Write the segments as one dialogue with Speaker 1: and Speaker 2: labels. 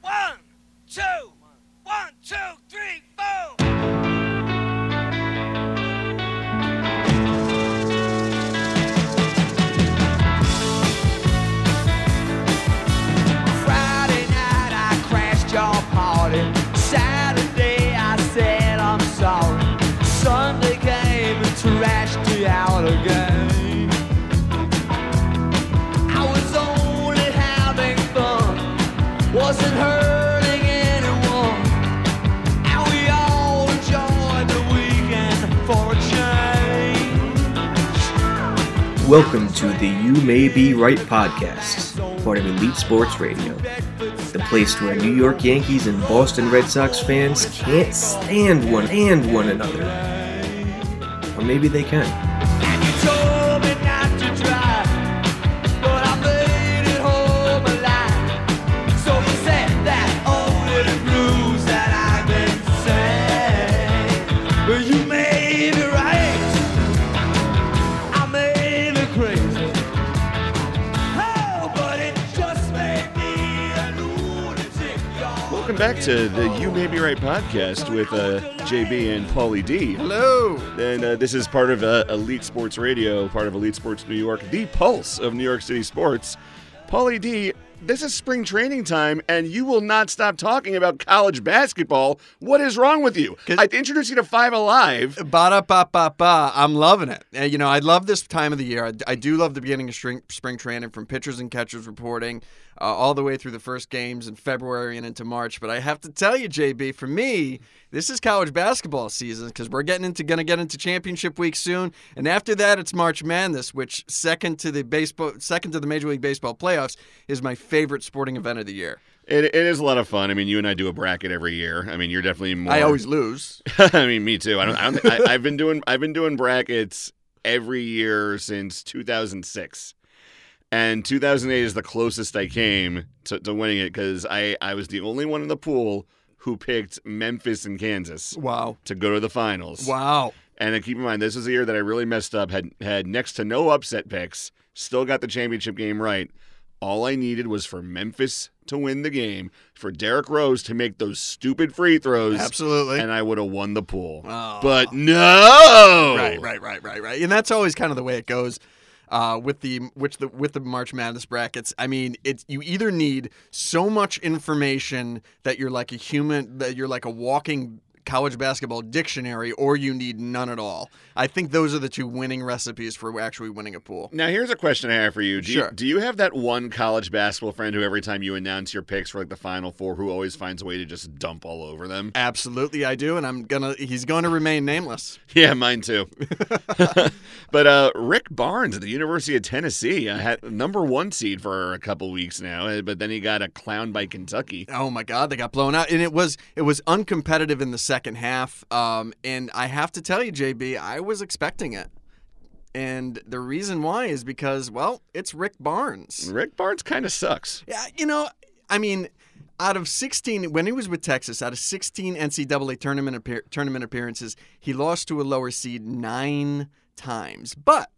Speaker 1: One, two, one, two, three, four. Friday night I crashed your party. Saturday I said I'm sorry. Sunday came and trashed you out again. I was only having fun, wasn't hurting anyone. And we all enjoyed the weekend for a change.
Speaker 2: Welcome to the You May Be Right podcast, part of Elite Sports Radio, the place where New York Yankees and Boston Red Sox fans can't stand one and one another. Or maybe they can.
Speaker 1: And you told me not to drive, but I made it home alive. So you said that all the blues that I've been saying. But you made me right. I made it crazy. Oh, but it just made me a lunatic. y'all.
Speaker 3: Welcome back to the You May Be Right podcast with uh, JB and Paulie D.
Speaker 4: Hello.
Speaker 3: And uh, this is part of uh, Elite Sports Radio, part of Elite Sports New York, the pulse of New York City sports. Paulie D, this is spring training time, and you will not stop talking about college basketball. What is wrong with you?
Speaker 4: 'Cause-
Speaker 3: I introduced you to Five Alive.
Speaker 4: Ba da ba ba ba. I'm loving it. And, you know, I love this time of the year. I, I do love the beginning of spring, spring training from pitchers and catchers reporting uh, all the way through the first games in February and into March. But I have to tell you, JB, for me, this is college basketball season because we're getting into going to get into championship week soon, and after that, it's March Madness, which second to the baseball, second to the Major League Baseball playoffs, is my favorite sporting event of the year.
Speaker 3: It, it is a lot of fun. I mean, you and I do a bracket every year. I mean, you're definitely more.
Speaker 4: I always lose.
Speaker 3: I mean, me too. I don't. I don't think- I, I've been doing. I've been doing brackets every year since 2006, and 2008 is the closest I came to, to winning it because I I was the only one in the pool who picked Memphis and Kansas
Speaker 4: Wow.
Speaker 3: to go to the finals.
Speaker 4: Wow.
Speaker 3: And then keep in mind, this was a year that I really messed up. Had had next to no upset picks. Still got the championship game right. All I needed was for Memphis to win the game, for Derrick Rose to make those stupid free throws
Speaker 4: Absolutely.
Speaker 3: and I would have won the pool.
Speaker 4: Oh.
Speaker 3: But no,
Speaker 4: Right, right, right, right, right. And that's always kind of the way it goes uh, with the which the with the March Madness brackets. I mean, it's you either need so much information that you're like a human that you're like a walking college basketball dictionary or you need none at all. I think those are the two winning recipes for actually winning a pool.
Speaker 3: Now here's a question I have for you. Do,
Speaker 4: Sure.
Speaker 3: you. do you have that one college basketball friend who every time you announce your picks for like the final four, who always finds a way to just dump all over them?
Speaker 4: Absolutely I do and I'm going to he's going to remain nameless.
Speaker 3: Yeah, mine too. but uh, Rick Barnes at the University of Tennessee uh, had number one seed for a couple weeks now, uh, but then he got a clown by Kentucky.
Speaker 4: Oh my God, they got blown out, and it was it was uncompetitive in the second half. Um, and I have to tell you, JB, I was expecting it, and the reason why is because well, it's Rick Barnes.
Speaker 3: Rick Barnes kind of sucks.
Speaker 4: Yeah, you know, I mean, out of sixteen when he was with Texas, out of sixteen NCAA tournament appear- tournament appearances, he lost to a lower seed nine times, but.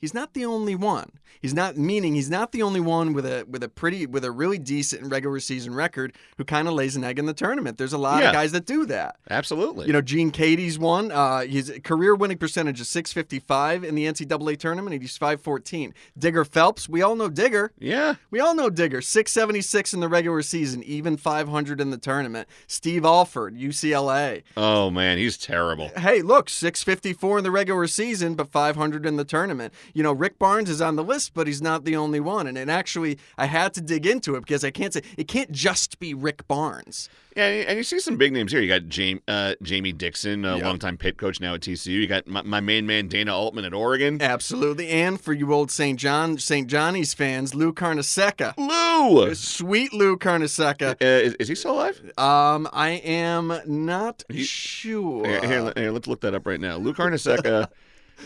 Speaker 4: He's not the only one. He's not meaning he's not the only one with a with a pretty with a really decent regular season record who kind of lays an egg in the tournament. There's a lot
Speaker 3: Yeah.
Speaker 4: of guys that do that.
Speaker 3: Absolutely.
Speaker 4: You know, Gene Katie's one. Uh, his career winning percentage is 655 in the NCAA tournament, and he's 514. Digger Phelps, we all know Digger.
Speaker 3: yeah.
Speaker 4: We all know Digger, 676 in the regular season, even 500 in the tournament. Steve Alford, UCLA.
Speaker 3: Oh man, he's terrible.
Speaker 4: Hey, look, 654 in the regular season, but 500 in the tournament. you know, Rick Barnes is on the list, but he's not the only one. And, and actually, I had to dig into it because I can't say it can't just be Rick Barnes.
Speaker 3: Yeah, and and you see some big names here. You got Jamie, uh, Jamie Dixon, a
Speaker 4: Yeah.
Speaker 3: longtime pit coach now at TCU. You got my, my main man Dana Altman at Oregon.
Speaker 4: Absolutely. And for you old St. John, St. Johnny's fans, Lou Carnesecca.
Speaker 3: Lou, uh,
Speaker 4: Sweet Lou Carnesecca.
Speaker 3: is, is he still alive?
Speaker 4: Um, I am not
Speaker 3: He-
Speaker 4: sure.
Speaker 3: Here, here, here, let's look that up right now. Lou Carnesecca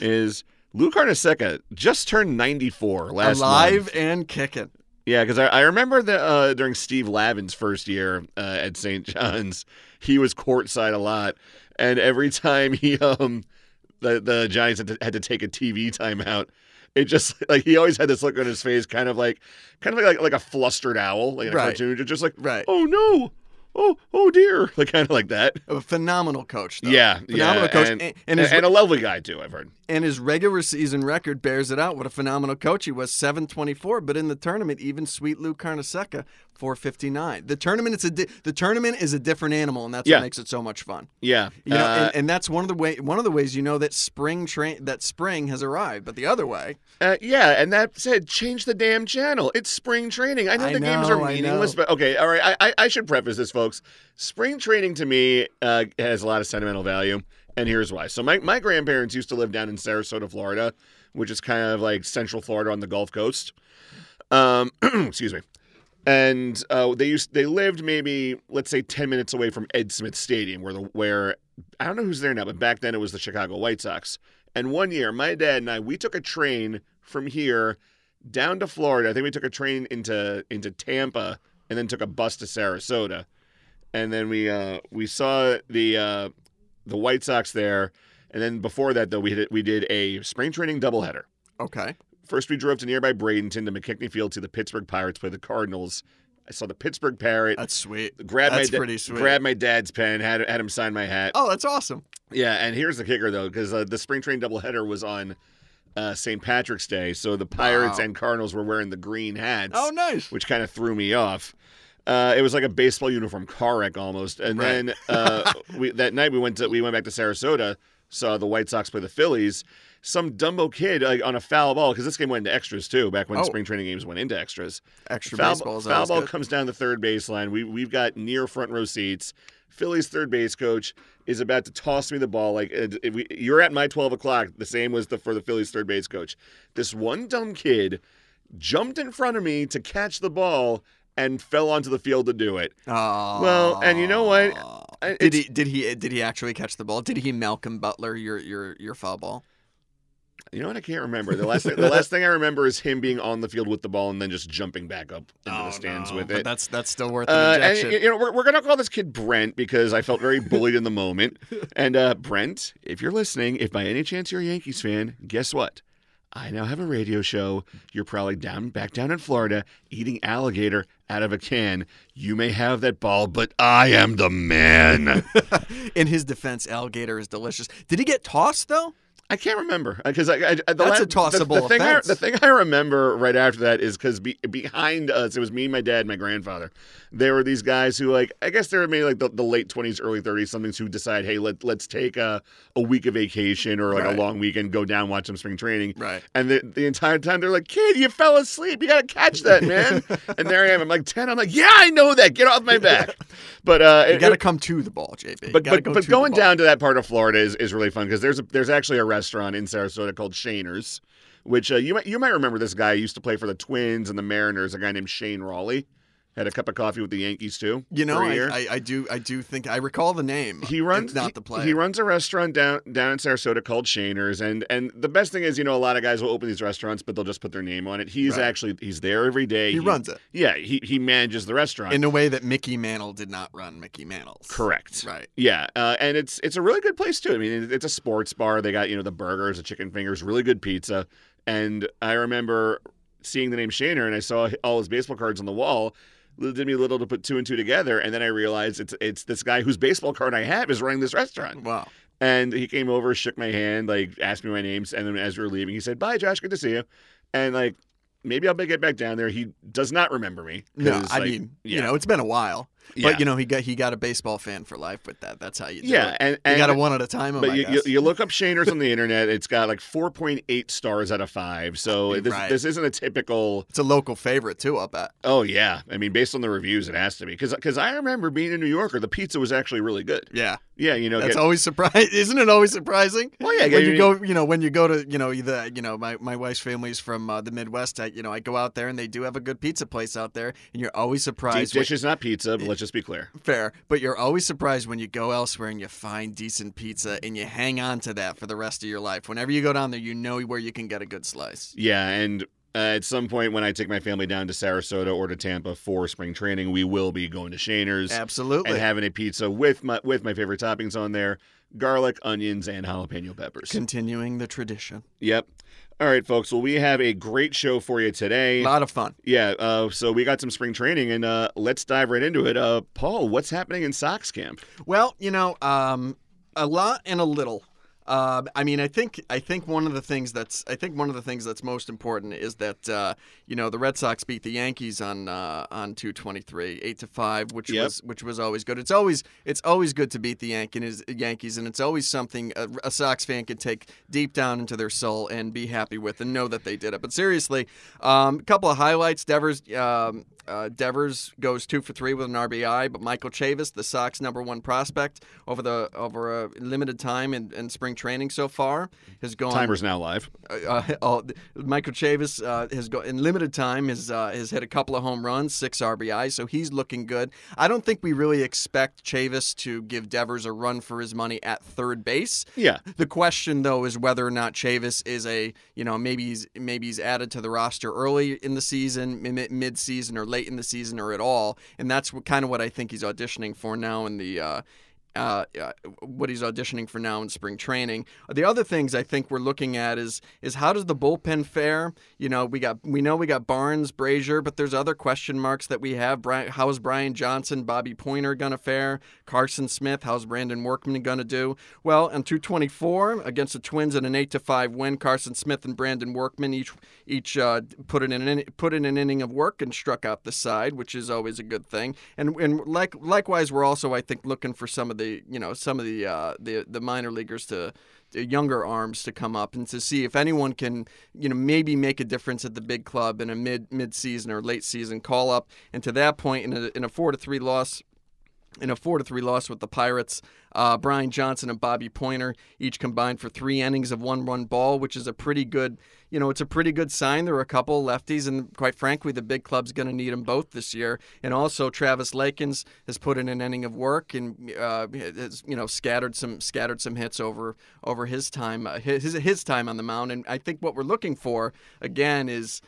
Speaker 3: is Lou Carnesecca just turned ninety four last month.
Speaker 4: Alive and kicking.
Speaker 3: Yeah, because I, I remember that uh, during Steve Lavin's first year uh, at St. John's, he was courtside a lot, and every time he um the the Giants had to, had to take a TV timeout, it just like he always had this look on his face, kind of like kind of like like, a flustered owl, like in a
Speaker 4: Right.
Speaker 3: cartoon, just- just like
Speaker 4: Right.
Speaker 3: oh no, oh oh dear, like kind of like that.
Speaker 4: A phenomenal coach, though.
Speaker 3: Yeah,
Speaker 4: phenomenal
Speaker 3: yeah,
Speaker 4: coach,
Speaker 3: and,
Speaker 4: and,
Speaker 3: and,
Speaker 4: and his,
Speaker 3: a lovely guy too. I've heard.
Speaker 4: and his regular season record bears it out. What a phenomenal coach he was, seven twenty four. But in the tournament, even sweet Lou Carnesecca, four fifty nine. The tournament, it's a di- the tournament is a different animal, and that's
Speaker 3: Yeah.
Speaker 4: what makes it so much fun.
Speaker 3: Yeah,
Speaker 4: You know,
Speaker 3: uh,
Speaker 4: and, and that's one of the way one of the ways you know that spring train that spring has arrived. But the other way,
Speaker 3: Uh, yeah, and that said, change the damn channel. It's spring training. I know
Speaker 4: I
Speaker 3: the games are
Speaker 4: know, I
Speaker 3: meaningless,
Speaker 4: know.
Speaker 3: but okay, all right. I, I, I should preface this, folks. Spring training to me uh, has a lot of sentimental value, and here's why. So my, my grandparents used to live down in Sarasota, Florida, which is kind of like Central Florida on the Gulf Coast. Um, excuse me. And uh, they used they lived maybe let's say ten minutes away from Ed Smith Stadium, where the where I don't know who's there now, but back then it was the Chicago White Sox. And one year, my dad and I, we took a train from here down to Florida. I think we took a train into into Tampa and then took a bus to Sarasota. And then we uh, we saw the uh, the White Sox there. And then before that, though, we did, we did a spring training doubleheader.
Speaker 4: okay,
Speaker 3: First, we drove to nearby Bradenton to McKickney Field to the Pittsburgh Pirates play the Cardinals. I saw the Pittsburgh Parrot.
Speaker 4: that's sweet.
Speaker 3: grabbed
Speaker 4: Uh, that's
Speaker 3: my da-
Speaker 4: pretty sweet.
Speaker 3: grabbed my dad's pen. Had had him sign my hat.
Speaker 4: Oh, that's awesome.
Speaker 3: Yeah, and here's the kicker though, because uh, the spring train doubleheader was on uh, St. Patrick's Day, so the Pirates
Speaker 4: Wow.
Speaker 3: and Cardinals were wearing the green hats,
Speaker 4: Oh, nice.
Speaker 3: which kind of threw me off. Uh, it was like a baseball uniform car wreck almost. And
Speaker 4: Right.
Speaker 3: then uh, we, that night we went to we went back to Sarasota, saw the White Sox play the Phillies. Some dumbo kid like, on a foul ball because this game went into extras too. Back when
Speaker 4: Oh.
Speaker 3: spring training games went into extras,
Speaker 4: Extra
Speaker 3: foul,
Speaker 4: baseballs.
Speaker 3: foul ball comes down the third baseline. We we've got near front row seats. Philly's third base coach is about to toss me the ball. Like uh, if we, you're at my twelve o'clock. The same was the for the Phillies third base coach. This one dumb kid jumped in front of me to catch the ball and fell onto the field to do it.
Speaker 4: Oh.
Speaker 3: Well, and you know what? I-
Speaker 4: Did
Speaker 3: it's-
Speaker 4: he did he did he actually catch the ball? Did he Malcolm Butler your your your foul ball?
Speaker 3: You know what? I can't remember. The last thing, the last thing I remember is him being on the field with the ball and then just jumping back up into the stands with
Speaker 4: Oh, But
Speaker 3: it.
Speaker 4: that's that's still worth an
Speaker 3: Uh, and,
Speaker 4: injection.
Speaker 3: y- you know, we're, we're going to call this kid Brent because I felt very bullied in the moment. And uh, Brent, if you're listening, if by any chance you're a Yankees fan, guess what? I now have a radio show. You're probably down back down in Florida eating alligator out of a can. You may have that ball, but I am the man.
Speaker 4: In his defense, alligator is delicious. Did he get tossed though?
Speaker 3: I can't remember because I, I, the
Speaker 4: That's
Speaker 3: la-
Speaker 4: a tossable
Speaker 3: the, the thing I,
Speaker 4: offense.
Speaker 3: the thing I remember right after that is because be, behind us, it was me, my dad, and my grandfather. There were these guys who, like, I guess they were maybe like the, the late twenties, early thirties, somethings who decide, hey, let let's take a a week of vacation or like a
Speaker 4: Right.
Speaker 3: long weekend, go down, watch some spring training.
Speaker 4: Right.
Speaker 3: And the, the entire time they're like, kid, you fell asleep. You gotta catch that, man. and there I am. I'm like ten. I'm like, yeah, I know that. Get off my back. But uh,
Speaker 4: You
Speaker 3: it-
Speaker 4: got to
Speaker 3: it-
Speaker 4: come to the ball, JB. You
Speaker 3: but
Speaker 4: gotta
Speaker 3: but,
Speaker 4: go
Speaker 3: but
Speaker 4: to the
Speaker 3: going
Speaker 4: ball.
Speaker 3: down to that part of Florida is, is really fun because there's a, there's actually a restaurant in Sarasota called Shaner's, which uh, you might you might remember this guy who used to play for the Twins and the Mariners. A guy named Shane Raleigh had a cup of coffee with the Yankees too.
Speaker 4: You know,
Speaker 3: for a
Speaker 4: I,
Speaker 3: year.
Speaker 4: I, I do I do think I recall the name.
Speaker 3: he runs
Speaker 4: It's not
Speaker 3: he-
Speaker 4: the player.
Speaker 3: He runs a restaurant down down in Sarasota called Shaner's, and and the best thing is you know a lot of guys will open these restaurants but they'll just put their name on it. He's
Speaker 4: Right.
Speaker 3: actually he's there every day.
Speaker 4: He runs it.
Speaker 3: Yeah, he he manages the restaurant.
Speaker 4: in a way that Mickey Mantle did not run Mickey Mantle's.
Speaker 3: Correct.
Speaker 4: Right.
Speaker 3: Yeah, uh, and it's it's a really good place too. I mean, it- it's a sports bar. They got you know the burgers, the chicken fingers, really good pizza. And I remember seeing the name Shaner, and I saw all his baseball cards on the wall. Little did me little to put two and two together, and then I realized it's it's this guy whose baseball card I have is running this restaurant.
Speaker 4: Wow.
Speaker 3: And he came over, shook my hand, like asked me my names, and then as we were leaving, he said, "Bye, Josh. Good to see you." And like maybe I'll get back down there. He does not remember me.
Speaker 4: No,
Speaker 3: 'cause,
Speaker 4: I
Speaker 3: like,
Speaker 4: mean,
Speaker 3: yeah.
Speaker 4: you know, it's been a while.
Speaker 3: Yeah.
Speaker 4: But you know, he got he got a baseball fan for life with that. That's how you do
Speaker 3: yeah,
Speaker 4: it.
Speaker 3: and,
Speaker 4: you
Speaker 3: and
Speaker 4: got a one at a time.
Speaker 3: But
Speaker 4: I
Speaker 3: you, you,
Speaker 4: guess.
Speaker 3: you look up Shaners on the internet; it's got like 4.8 stars out of five. So this
Speaker 4: Right.
Speaker 3: this isn't a typical.
Speaker 4: it's a local favorite too. I bet.
Speaker 3: Oh yeah, I mean, based on the reviews, it has to be because I remember being in New Yorker, the pizza was actually really good.
Speaker 4: Yeah,
Speaker 3: Yeah, you know,
Speaker 4: that's
Speaker 3: get-
Speaker 4: always surprising. Isn't it always surprising?
Speaker 3: Well, yeah,
Speaker 4: when
Speaker 3: you-
Speaker 4: you go, you know, when you go to, you know, either, you know, my, my wife's family's from uh, the Midwest. I, you know, I go out there and they do have a good pizza place out there, and you're always
Speaker 3: deep
Speaker 4: surprised.
Speaker 3: dish is not pizza, but let's just be clear.
Speaker 4: When, fair, but you're always surprised when you go elsewhere and you find decent pizza, and you hang on to that for the rest of your life. Whenever you go down there, you know where you can get a good slice.
Speaker 3: Yeah, and uh, at some point when I take my family down to Sarasota or to Tampa for spring training, we will be going to Shaners
Speaker 4: Absolutely.
Speaker 3: and having a pizza with my with my favorite toppings on there: garlic, onions, and jalapeno peppers.
Speaker 4: Continuing the tradition.
Speaker 3: Yep. All right, folks. Well, we have a great show for you
Speaker 4: A
Speaker 3: today.
Speaker 4: lot of fun.
Speaker 3: Yeah. Uh, so we got some spring training, and uh, let's dive right into it. Uh, Paul, what's happening in Sox camp?
Speaker 4: Well, you know, um, a lot and a little. Uh, I mean, I think I think one of the things that's I think one of the things that's most important is that uh, you know the Red Sox beat the Yankees on uh, on two twenty three eight to five, which
Speaker 3: Yep.
Speaker 4: was which was always good. It's always it's always good to beat the Yankees, Yankees, and it's always something a, a Sox fan can take deep down into their soul and be happy with and know that they did it. But seriously, um, a couple of highlights: Devers um, uh, Devers goes two for three with an RBI, but Michael Chavis, the Sox number one prospect over the over a limited time in, in spring training so far, has gone
Speaker 3: Timer's now live.
Speaker 4: uh, oh, Michael Chavis uh, has got in limited time has uh, has hit a couple of home runs, six RBI, so he's looking good. I don't think we really expect Chavis to give Devers a run for his money at third base.
Speaker 3: Yeah.
Speaker 4: The question though is whether or not Chavis is a you know maybe he's maybe he's added to the roster early in the season, mid season, or late in the season, or at all, and that's what, kind of what I think he's auditioning for now in the. Uh, uh, uh, what he's auditioning for now in spring training. The other things I think we're looking at is is how does the bullpen fare? You know, we got we know we got Barnes, Brazier, but there's other question marks that we have. Bri- How is Brian Johnson, Bobby Pointer gonna fare? Carson Smith, how's Brandon Workman gonna do? Well, on 224 against the Twins in an eight to five win, Carson Smith and Brandon Workman each each uh, put in an in- put in an inning of work and struck out the side, which is always a good thing. And and like likewise, we're also I think looking for some of the you know some of the uh, the the minor leaguers to the younger arms to come up and to see if anyone can you know maybe make a difference at the big club in a mid mid season or late season call up. And to that point, in a in a four to three loss in a four to three loss with the Pirates. Uh, Brian Johnson and Bobby Pointer each combined for three innings of one run ball, which is a pretty good, you know, it's a pretty good sign. There are a couple lefties, and quite frankly, the big club's going to need them both this year. And also, Travis Lakins has put in an inning of work and uh, has, you know, scattered some scattered some hits over over his time uh, his his time on the mound. And I think what we're looking for again is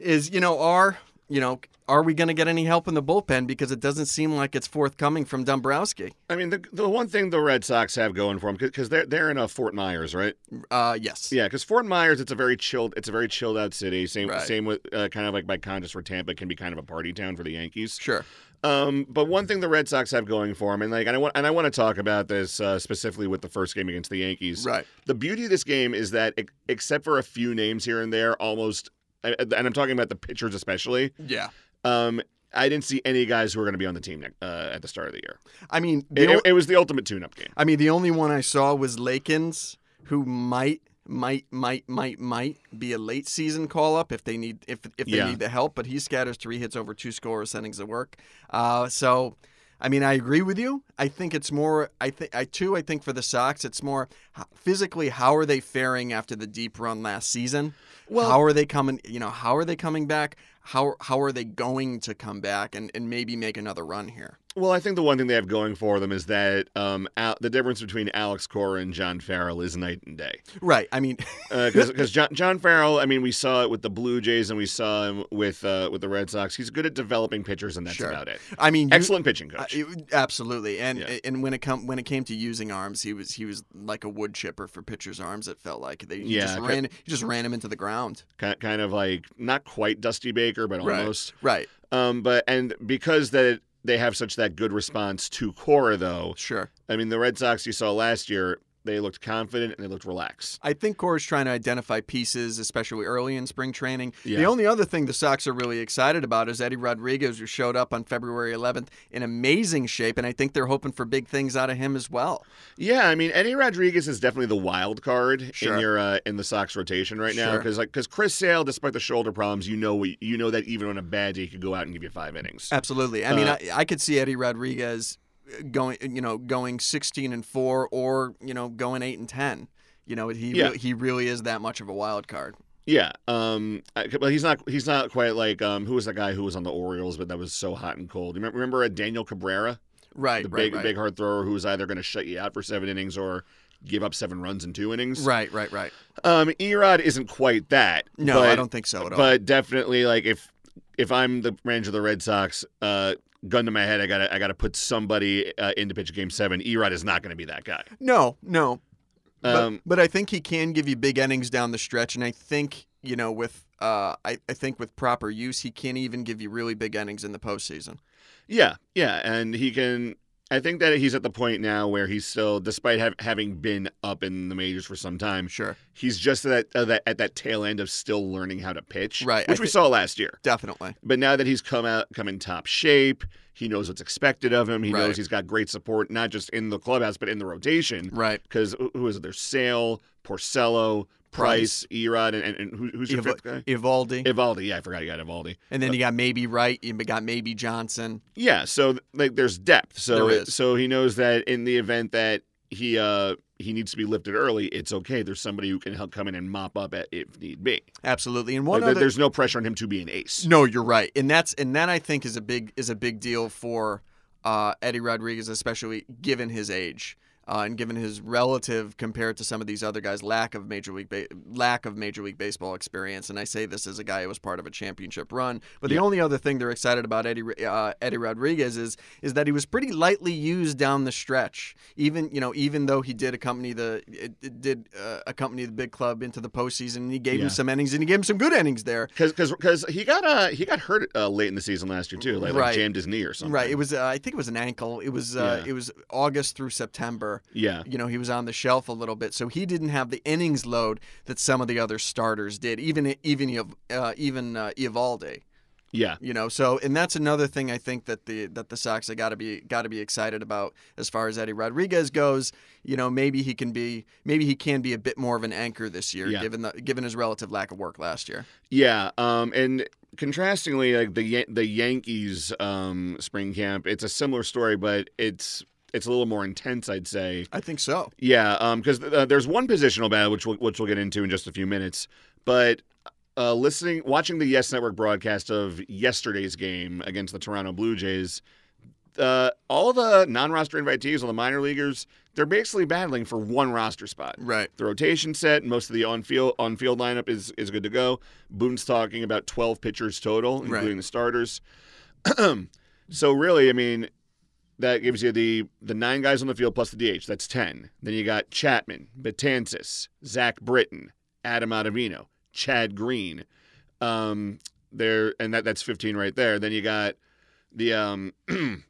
Speaker 4: is you know are you know are we going to get any help in the bullpen because it doesn't seem like it's forthcoming from Dombrowski.
Speaker 3: I mean, the the one thing the Red Sox have going for them because they're they're in a Fort Myers, right?
Speaker 4: Uh, yes.
Speaker 3: Yeah, because Fort Myers, it's a very chilled, it's a very chilled out city. Same
Speaker 4: Right.
Speaker 3: same with uh, kind of like by contrast, where Tampa can be kind of a party town for the Yankees.
Speaker 4: Sure.
Speaker 3: Um, but one thing the Red Sox have going for them, and like, and I want, and I want to talk about this uh, specifically with the first game against the Yankees.
Speaker 4: Right.
Speaker 3: The beauty of this game is that, ex- except for a few names here and there, almost, and I'm talking about the pitchers especially.
Speaker 4: Yeah.
Speaker 3: Um, I didn't see any guys who were going to be on the team ne- uh, at the start of the year.
Speaker 4: I mean, the
Speaker 3: It,
Speaker 4: o-
Speaker 3: it- it was the ultimate tune-up game.
Speaker 4: I mean, the only one I saw was Lakins, who might, might, might, might, might be a late season call up if they need if if they
Speaker 3: Yeah.
Speaker 4: need the help. But he scatters three hits over two scores, innings of work. Uh, so, I mean, I agree with you. I think it's more. I think I too. I think for the Sox, it's more h- physically. How are they faring after the deep run last season? Well, how are they coming? You know, how are they coming back? How how are they going to come back and, and maybe make another run here?
Speaker 3: Well, I think the one thing they have going for them is that um, Al- the difference between Alex Cora and John Farrell is night and day.
Speaker 4: Right. I mean,
Speaker 3: because Uh, John, John Farrell, I mean, we saw it with the Blue Jays and we saw him with uh, with the Red Sox. He's good at developing pitchers, and that's
Speaker 4: Sure.
Speaker 3: about it.
Speaker 4: I mean, you-
Speaker 3: Excellent pitching
Speaker 4: Uh,
Speaker 3: coach.
Speaker 4: it- absolutely, and
Speaker 3: Yeah.
Speaker 4: and when it come when it came to using arms, he was he was like a wood chipper for pitchers' arms. It felt like they he
Speaker 3: Yeah,
Speaker 4: just
Speaker 3: okay.
Speaker 4: ran he just ran him into the ground.
Speaker 3: Ki- kind of like not quite Dusty Baker, but
Speaker 4: Right.
Speaker 3: almost.
Speaker 4: Right,
Speaker 3: Um, but and because that they have such that good response to Cora, though,
Speaker 4: sure,
Speaker 3: I mean, the Red Sox you saw last year, They looked confident and they looked relaxed.
Speaker 4: I think Core's trying to identify pieces, especially early in spring training. The
Speaker 3: Yeah.
Speaker 4: only other thing the Sox are really excited about is Eddie Rodriguez, who showed up on February 11th in amazing shape, and I think they're hoping for big things out of him as well.
Speaker 3: Yeah, I mean Eddie Rodriguez is definitely the wild card
Speaker 4: Sure.
Speaker 3: in your uh, in the Sox rotation right now
Speaker 4: Sure.
Speaker 3: because like because Chris Sale, despite the shoulder problems, you know we- you know that even on a bad day he could go out and give you five innings.
Speaker 4: Absolutely. I mean,
Speaker 3: Uh,
Speaker 4: I, I could see Eddie Rodriguez uh, going, you know, going 16 and four, or you know, going eight and 10. You know, he
Speaker 3: Yeah.
Speaker 4: re- he really is that much of a wild card.
Speaker 3: Yeah, um, I, well, he's not he's not quite like um, who was that guy who was on the Orioles, but that was so hot and cold. Remember, remember a Daniel Cabrera,
Speaker 4: Right.
Speaker 3: the
Speaker 4: right.
Speaker 3: big
Speaker 4: right.
Speaker 3: big hard thrower who was either going to shut you out for seven innings or give up seven runs in two innings.
Speaker 4: Right. Right. Right.
Speaker 3: Um, Erod isn't quite that.
Speaker 4: No, I
Speaker 3: but-
Speaker 4: don't think so at all.
Speaker 3: But definitely, like if if I'm the manager of the Red Sox, uh, gun to my head, I gotta I gotta put somebody uh, in to pitch Game Seven. Erod is not going to be that guy.
Speaker 4: no. No. But-
Speaker 3: Um,
Speaker 4: but, I think he can give you big innings down the stretch, and I think you know with uh, I, I think with proper use, he can even give you really big innings in the postseason.
Speaker 3: yeah, yeah, and he can. I think that he's at the point now where he's still, despite hav having been up in the majors for some time,
Speaker 4: Sure,
Speaker 3: he's just at that, uh, that at that tail end of still learning how to pitch,
Speaker 4: Right, I
Speaker 3: Which we
Speaker 4: thi-
Speaker 3: saw last year.
Speaker 4: definitely.
Speaker 3: But now that he's come out, come in top shape, he knows what's expected of him. He
Speaker 4: Right.
Speaker 3: knows he's got great support, not just in the clubhouse, but in the rotation.
Speaker 4: Right.
Speaker 3: Because who is it? There's Sale, Porcello, Price, Erod, and, and, and who, who's your
Speaker 4: Iva-
Speaker 3: fifth guy?
Speaker 4: Ivaldi,
Speaker 3: Ivaldi. Yeah, I forgot you got Ivaldi.
Speaker 4: and then you got maybe Wright, you got maybe Johnson.
Speaker 3: Yeah, so like there's depth. So
Speaker 4: There is.
Speaker 3: so he knows that in the event that he uh he needs to be lifted early, it's okay. There's somebody who can help come in and mop up at, if need be.
Speaker 4: Absolutely, and
Speaker 3: Like,
Speaker 4: one
Speaker 3: there-
Speaker 4: other.
Speaker 3: there's no pressure on him to be an ace.
Speaker 4: No, you're right, and that's and that I think is a big is a big deal for uh, Eddie Rodriguez, especially given his age uh, and given his relative compared to some of these other guys' lack of major league ba- lack of major league baseball experience. And I say this as a guy who was part of a championship run. But the only other thing they're excited about Eddie uh, Eddie Rodriguez is is that he was pretty lightly used down the stretch. Even you know even though he did accompany the it, it did uh, accompany the big club into the postseason, and he gave
Speaker 3: Yeah.
Speaker 4: him some innings and he gave him some good innings there.
Speaker 3: Because he got uh, he got hurt uh, late in the season last year too, like, like
Speaker 4: Right.
Speaker 3: jammed his knee or something.
Speaker 4: Right. It was. Uh, I think it was an ankle. It was. Uh,
Speaker 3: Yeah.
Speaker 4: It was August through September.
Speaker 3: yeah,
Speaker 4: You know, he was on the shelf a little bit, so he didn't have the innings load that some of the other starters did. Even even Ev- uh, even uh, Ivaldi.
Speaker 3: yeah,
Speaker 4: You know, so and that's another thing I think that the that the Sox have got to be got to be excited about as far as Eddie Rodriguez goes. You know, maybe he can be maybe he can be a bit more of an anchor this year,
Speaker 3: Yeah.
Speaker 4: given the given his relative lack of work last year.
Speaker 3: yeah. Um, and contrastingly, like the Yan- the Yankees um, spring camp, it's a similar story, but it's it's a little more intense, I'd say.
Speaker 4: I think so.
Speaker 3: Yeah, because uh, there's one positional battle which we'll, which we'll get into in just a few minutes, but. Uh, listening, watching the Yes Network broadcast of yesterday's game against the Toronto Blue Jays, uh, all the non-roster invitees, all the minor leaguers, they're basically battling for one roster spot.
Speaker 4: Right.
Speaker 3: The rotation set, most of the on field on field lineup is is good to go. Boone's talking about twelve pitchers total, including
Speaker 4: Right.
Speaker 3: the starters. so really, I mean, that gives you the the nine guys on the field plus the DH. That's ten. Then you got Chapman, Batansis, Zach Britton, Adam Ottavino, Chad Green. Um, there and that that's fifteen right there. Then you got the um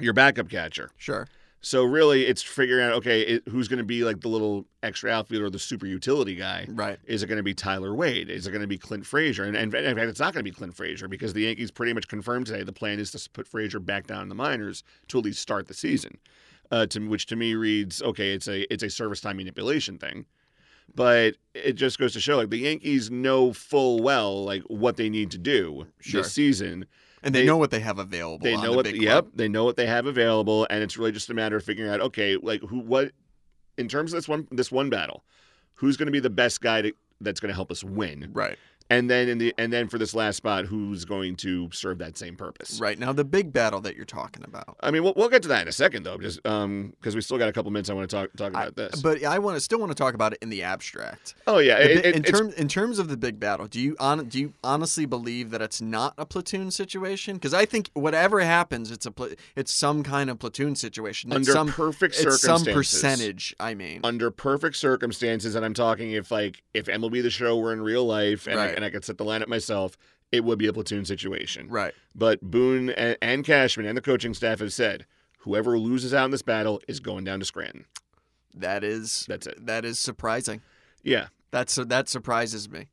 Speaker 3: your backup catcher.
Speaker 4: Sure.
Speaker 3: So really, it's figuring out okay, it, who's going to be like the little extra outfielder, or the super utility guy.
Speaker 4: Right.
Speaker 3: Is it going to be Tyler Wade? Is it going to be Clint Frazier? And, and in fact, it's not going to be Clint Frazier because the Yankees pretty much confirmed today the plan is to put Frazier back down in the minors to at least start the season. Uh, to which to me reads okay, it's a it's a service time manipulation thing, but it just goes to show like the Yankees know full well like what they need to do
Speaker 4: Sure.
Speaker 3: this season.
Speaker 4: And they,
Speaker 3: They-
Speaker 4: know what they have available.
Speaker 3: They
Speaker 4: on
Speaker 3: know
Speaker 4: the
Speaker 3: what.
Speaker 4: Big
Speaker 3: yep,
Speaker 4: club.
Speaker 3: they know what they have available, and it's really just a matter of figuring out. Okay, like who, what, in terms of this one, this one battle, who's going to be the best guy to, that's going to help us win,
Speaker 4: Right.
Speaker 3: and then in the and then for this last spot, who's going to serve that same purpose?
Speaker 4: Right now, the big battle that you're talking about.
Speaker 3: I mean, we'll, we'll get to that in a second, though, just um, because we still got a couple minutes. I want to talk talk about this.
Speaker 4: But I want to still want to talk about it in the abstract.
Speaker 3: oh yeah,
Speaker 4: The
Speaker 3: it-
Speaker 4: bi-
Speaker 3: it-
Speaker 4: in
Speaker 3: it's-
Speaker 4: terms in terms of the big battle, do you on, do you honestly believe that it's not a platoon situation? Because I think whatever happens, it's a pla- it's some kind of platoon situation. It's
Speaker 3: under
Speaker 4: some
Speaker 3: perfect
Speaker 4: it's
Speaker 3: circumstances,
Speaker 4: some percentage. I mean,
Speaker 3: under perfect circumstances, and I'm talking if like if MLB the show were in real life and, I,
Speaker 4: Right.
Speaker 3: and I could set the lineup myself, it would be a platoon situation.
Speaker 4: right?
Speaker 3: But Boone and, and Cashman and the coaching staff have said whoever loses out in this battle is going down to Scranton.
Speaker 4: That is
Speaker 3: That's it.
Speaker 4: That is surprising.
Speaker 3: Yeah.
Speaker 4: That's that surprises me.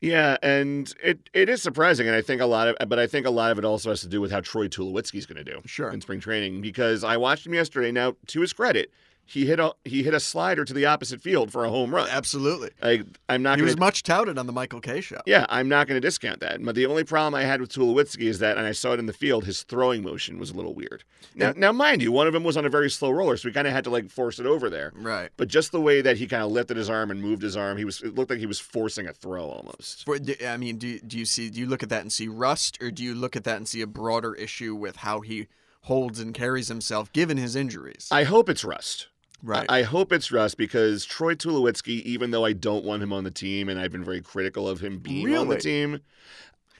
Speaker 3: Yeah, and it, it is surprising, and I think a lot of, but I think a lot of it also has to do with how Troy Tulowitzki's going to do
Speaker 4: Sure.
Speaker 3: in spring training because I watched him yesterday. Now, to his credit, he hit a he hit a slider to the opposite field for a home run.
Speaker 4: Absolutely.
Speaker 3: I, I'm not
Speaker 4: He
Speaker 3: going
Speaker 4: was
Speaker 3: to,
Speaker 4: much touted on the Michael K show.
Speaker 3: yeah, I'm not going to discount that. But the only problem I had with Tulowitzki is that, and I saw it in the field, his throwing motion was a little weird. Now, now, mind you, one of them was on a very slow roller, so we kind of had to like force it over there.
Speaker 4: Right.
Speaker 3: But just the way that he kind of lifted his arm and moved his arm, he was it looked like he was forcing a throw almost.
Speaker 4: For- d- I mean, do do you see do you look at that and see rust, or do you look at that and see a broader issue with how he holds and carries himself given his injuries?
Speaker 3: I hope it's rust.
Speaker 4: right.
Speaker 3: I I hope it's Russ because Troy Tulowitzki, even though I don't want him on the team and I've been very critical of him being on the
Speaker 4: Really?
Speaker 3: team,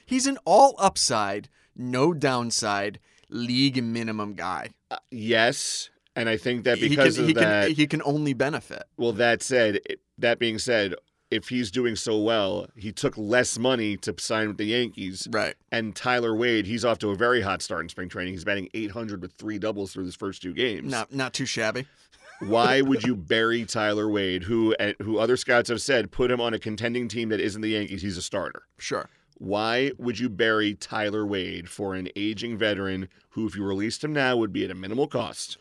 Speaker 4: He's an all upside, no downside, league minimum guy.
Speaker 3: uh, yes. And I think that
Speaker 4: he
Speaker 3: because
Speaker 4: can,
Speaker 3: of
Speaker 4: he
Speaker 3: that,
Speaker 4: can he can only benefit.
Speaker 3: well, that said, it- that being said, if he's doing so well, he took less money to sign with the Yankees.
Speaker 4: Right.
Speaker 3: And Tyler Wade, he's off to a very hot start in spring training. He's batting 800 with three doubles through his first two games.
Speaker 4: Not not too shabby.
Speaker 3: Why would you bury Tyler Wade, who and- who other scouts have said put him on a contending team that isn't the Yankees? He's a starter.
Speaker 4: Sure.
Speaker 3: Why would you bury Tyler Wade for an aging veteran who, if you released him now, would be at a minimal cost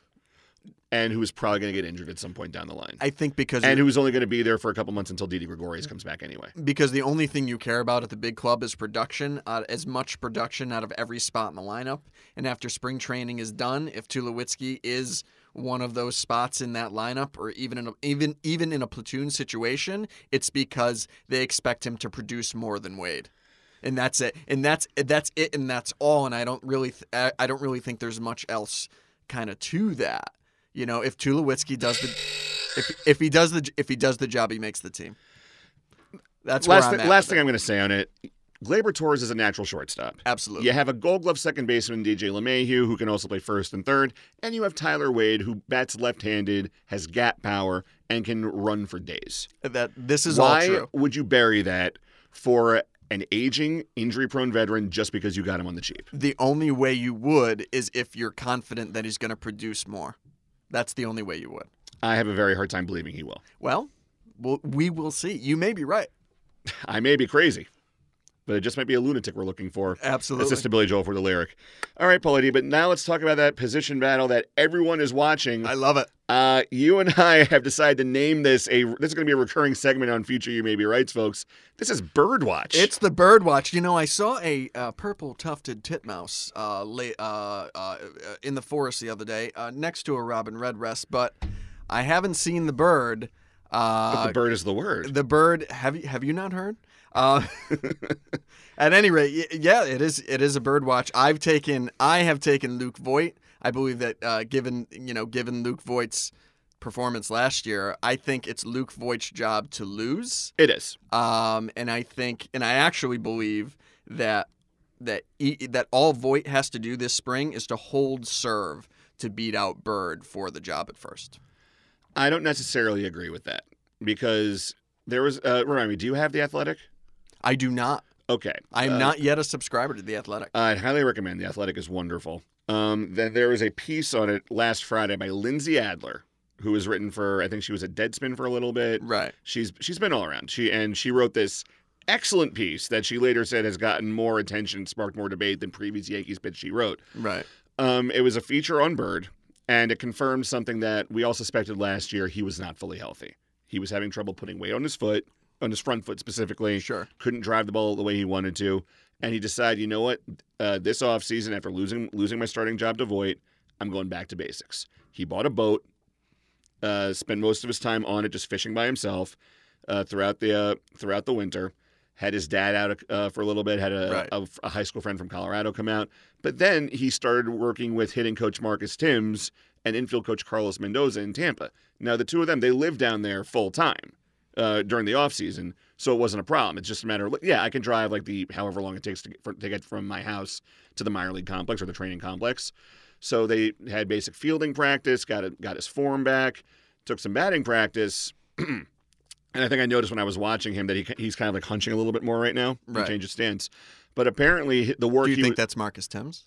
Speaker 3: and who is probably going to get injured at some point down the line?
Speaker 4: I think because
Speaker 3: and who's only going to be there for a couple months until Didi Gregorius comes back anyway.
Speaker 4: because the only thing you care about at the big club is production, uh, as much production out of every spot in the lineup. And after spring training is done, if Tulowitzki is one of those spots in that lineup, or even in a, even even in a platoon situation, it's because they expect him to produce more than Wade. And that's it. And that's that's it. And that's all. And I don't really th- I I don't really think there's much else kind of to that. You know, if Tulowitzki does the if, if he does the if he does the job, he makes the team. That's
Speaker 3: last
Speaker 4: where I'm
Speaker 3: thi-
Speaker 4: at
Speaker 3: last
Speaker 4: with
Speaker 3: thing
Speaker 4: it.
Speaker 3: I'm going to say on it Glaber Torres is a natural shortstop.
Speaker 4: Absolutely.
Speaker 3: You have a gold glove second baseman, DJ LeMahieu, who can also play first and third. And you have Tyler Wade, who bats left handed, has gap power, and can run for days.
Speaker 4: That this is
Speaker 3: Why
Speaker 4: all true.
Speaker 3: would you bury that for an aging, injury prone veteran just because you got him on the cheap?
Speaker 4: The only way you would is if you're confident that he's going to produce more. That's the only way you would.
Speaker 3: I have a very hard time believing he will.
Speaker 4: Well, we'll we will see. You may be right.
Speaker 3: I may be crazy, but it just might be a lunatic we're looking for.
Speaker 4: Absolutely.
Speaker 3: That's just to Billy Joel for the lyric. All right, Paulie, D, but now let's talk about that position battle that everyone is watching.
Speaker 4: I love it.
Speaker 3: Uh, you and I have decided to name this a. This is going to be a recurring segment on future You May Be Rights, folks. This is Birdwatch.
Speaker 4: It's the birdwatch. You know, I saw a uh, purple tufted titmouse uh, la- uh, uh, in the forest the other day uh, next to a robin redbreast, but I haven't seen the bird. Uh,
Speaker 3: but the bird is the word.
Speaker 4: the bird have you have you not heard uh, at any rate y- yeah it is it is a bird watch i've taken i have taken luke voigt i believe that uh, given you know given luke voigt's performance last year i think it's luke voigt's job to lose
Speaker 3: It is.
Speaker 4: um, and i think and i actually believe that that e- that all voigt has to do this spring is to hold serve to beat out bird for the job at first
Speaker 3: I don't necessarily agree with that because there was. Uh, remind me, do you have the Athletic?
Speaker 4: i do not
Speaker 3: Okay,
Speaker 4: i am
Speaker 3: Uh,
Speaker 4: not yet a subscriber to the athletic
Speaker 3: I'd highly recommend. The Athletic is wonderful. Um, then there was a piece on it last Friday by Lindsay Adler, who was written for. I think she was at Deadspin for a little bit.
Speaker 4: right
Speaker 3: She's she's been all around. She and she wrote this excellent piece that she later said has gotten more attention, sparked more debate than previous Yankees bits she wrote.
Speaker 4: Right.
Speaker 3: Um, it was a feature on Bird, and it confirmed something that we all suspected last year. He was not fully healthy. He was having trouble putting weight on his foot, on his front foot specifically.
Speaker 4: Sure.
Speaker 3: Couldn't drive the ball the way he wanted to. And he decided, you know what? Uh, this offseason, after losing losing my starting job to Voight, I'm going back to basics. He bought a boat, uh, spent most of his time on it, just fishing by himself uh, throughout the uh, throughout the winter. Had his dad out uh, for a little bit. Had a,
Speaker 4: Right.
Speaker 3: a, a high school friend from Colorado come out, but then he started working with hitting coach Marcus Timms and infield coach Carlos Mendoza in Tampa. Now the two of them they live down there full time uh, during the off season, so it wasn't a problem. It's just a matter of like, yeah, I can drive like the however long it takes to get, for, to get from my house to the minor league complex or the training complex. So they had basic fielding practice, got it, got his form back, took some batting practice, and I think I noticed when I was watching him that he he's kind of like hunching a little bit more right now.
Speaker 4: Right.
Speaker 3: He changed his stance, but apparently the work
Speaker 4: Do you
Speaker 3: he
Speaker 4: think
Speaker 3: wa-
Speaker 4: that's Marcus Thames?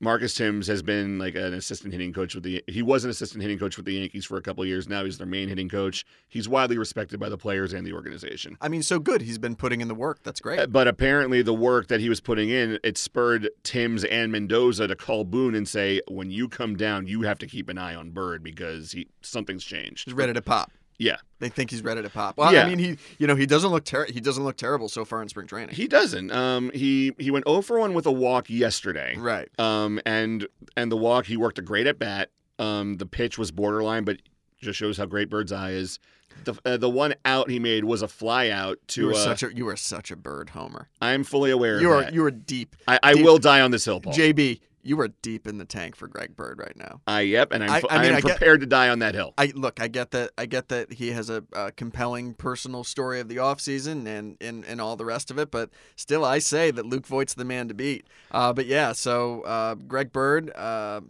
Speaker 3: Marcus Timms has been like an assistant hitting coach with the he was an assistant hitting coach with the Yankees for a couple of years. Now he's their main hitting coach. He's widely respected by the players and the organization.
Speaker 4: I mean, so good. He's been putting in the work. That's great.
Speaker 3: Uh, But apparently, the work that he was putting in it spurred Timms and Mendoza to call Boone and say, "When you come down, you have to keep an eye on Bird because he something's changed."
Speaker 4: He's ready to pop.
Speaker 3: Yeah,
Speaker 4: They think he's ready to pop. Well,
Speaker 3: Yeah.
Speaker 4: I mean, he you know he doesn't look ter- he doesn't look terrible so far in spring training.
Speaker 3: he doesn't. Um, he he went 0 for 1 with a walk yesterday.
Speaker 4: right.
Speaker 3: Um, and and the walk he worked a great at bat. Um, the pitch was borderline, but just shows how great Bird's eye is. The uh, the one out he made was a fly out to.
Speaker 4: You are
Speaker 3: uh,
Speaker 4: such a you are such a bird homer.
Speaker 3: I'm fully aware. of
Speaker 4: You are
Speaker 3: that.
Speaker 4: you are deep.
Speaker 3: I, I
Speaker 4: deep-
Speaker 3: will die on this hill, Paul.
Speaker 4: JB, you are deep in the tank for Greg Bird right now.
Speaker 3: I yep, and I'm
Speaker 4: I-
Speaker 3: fu-
Speaker 4: I mean,
Speaker 3: I'm
Speaker 4: I get-
Speaker 3: prepared to die on that hill.
Speaker 4: I look, I get that I get that he has a, uh compelling personal story of the offseason and, and and all the rest of it, but still I say that Luke Voigt's the man to beat. Uh, but yeah, so uh, Greg Bird uh,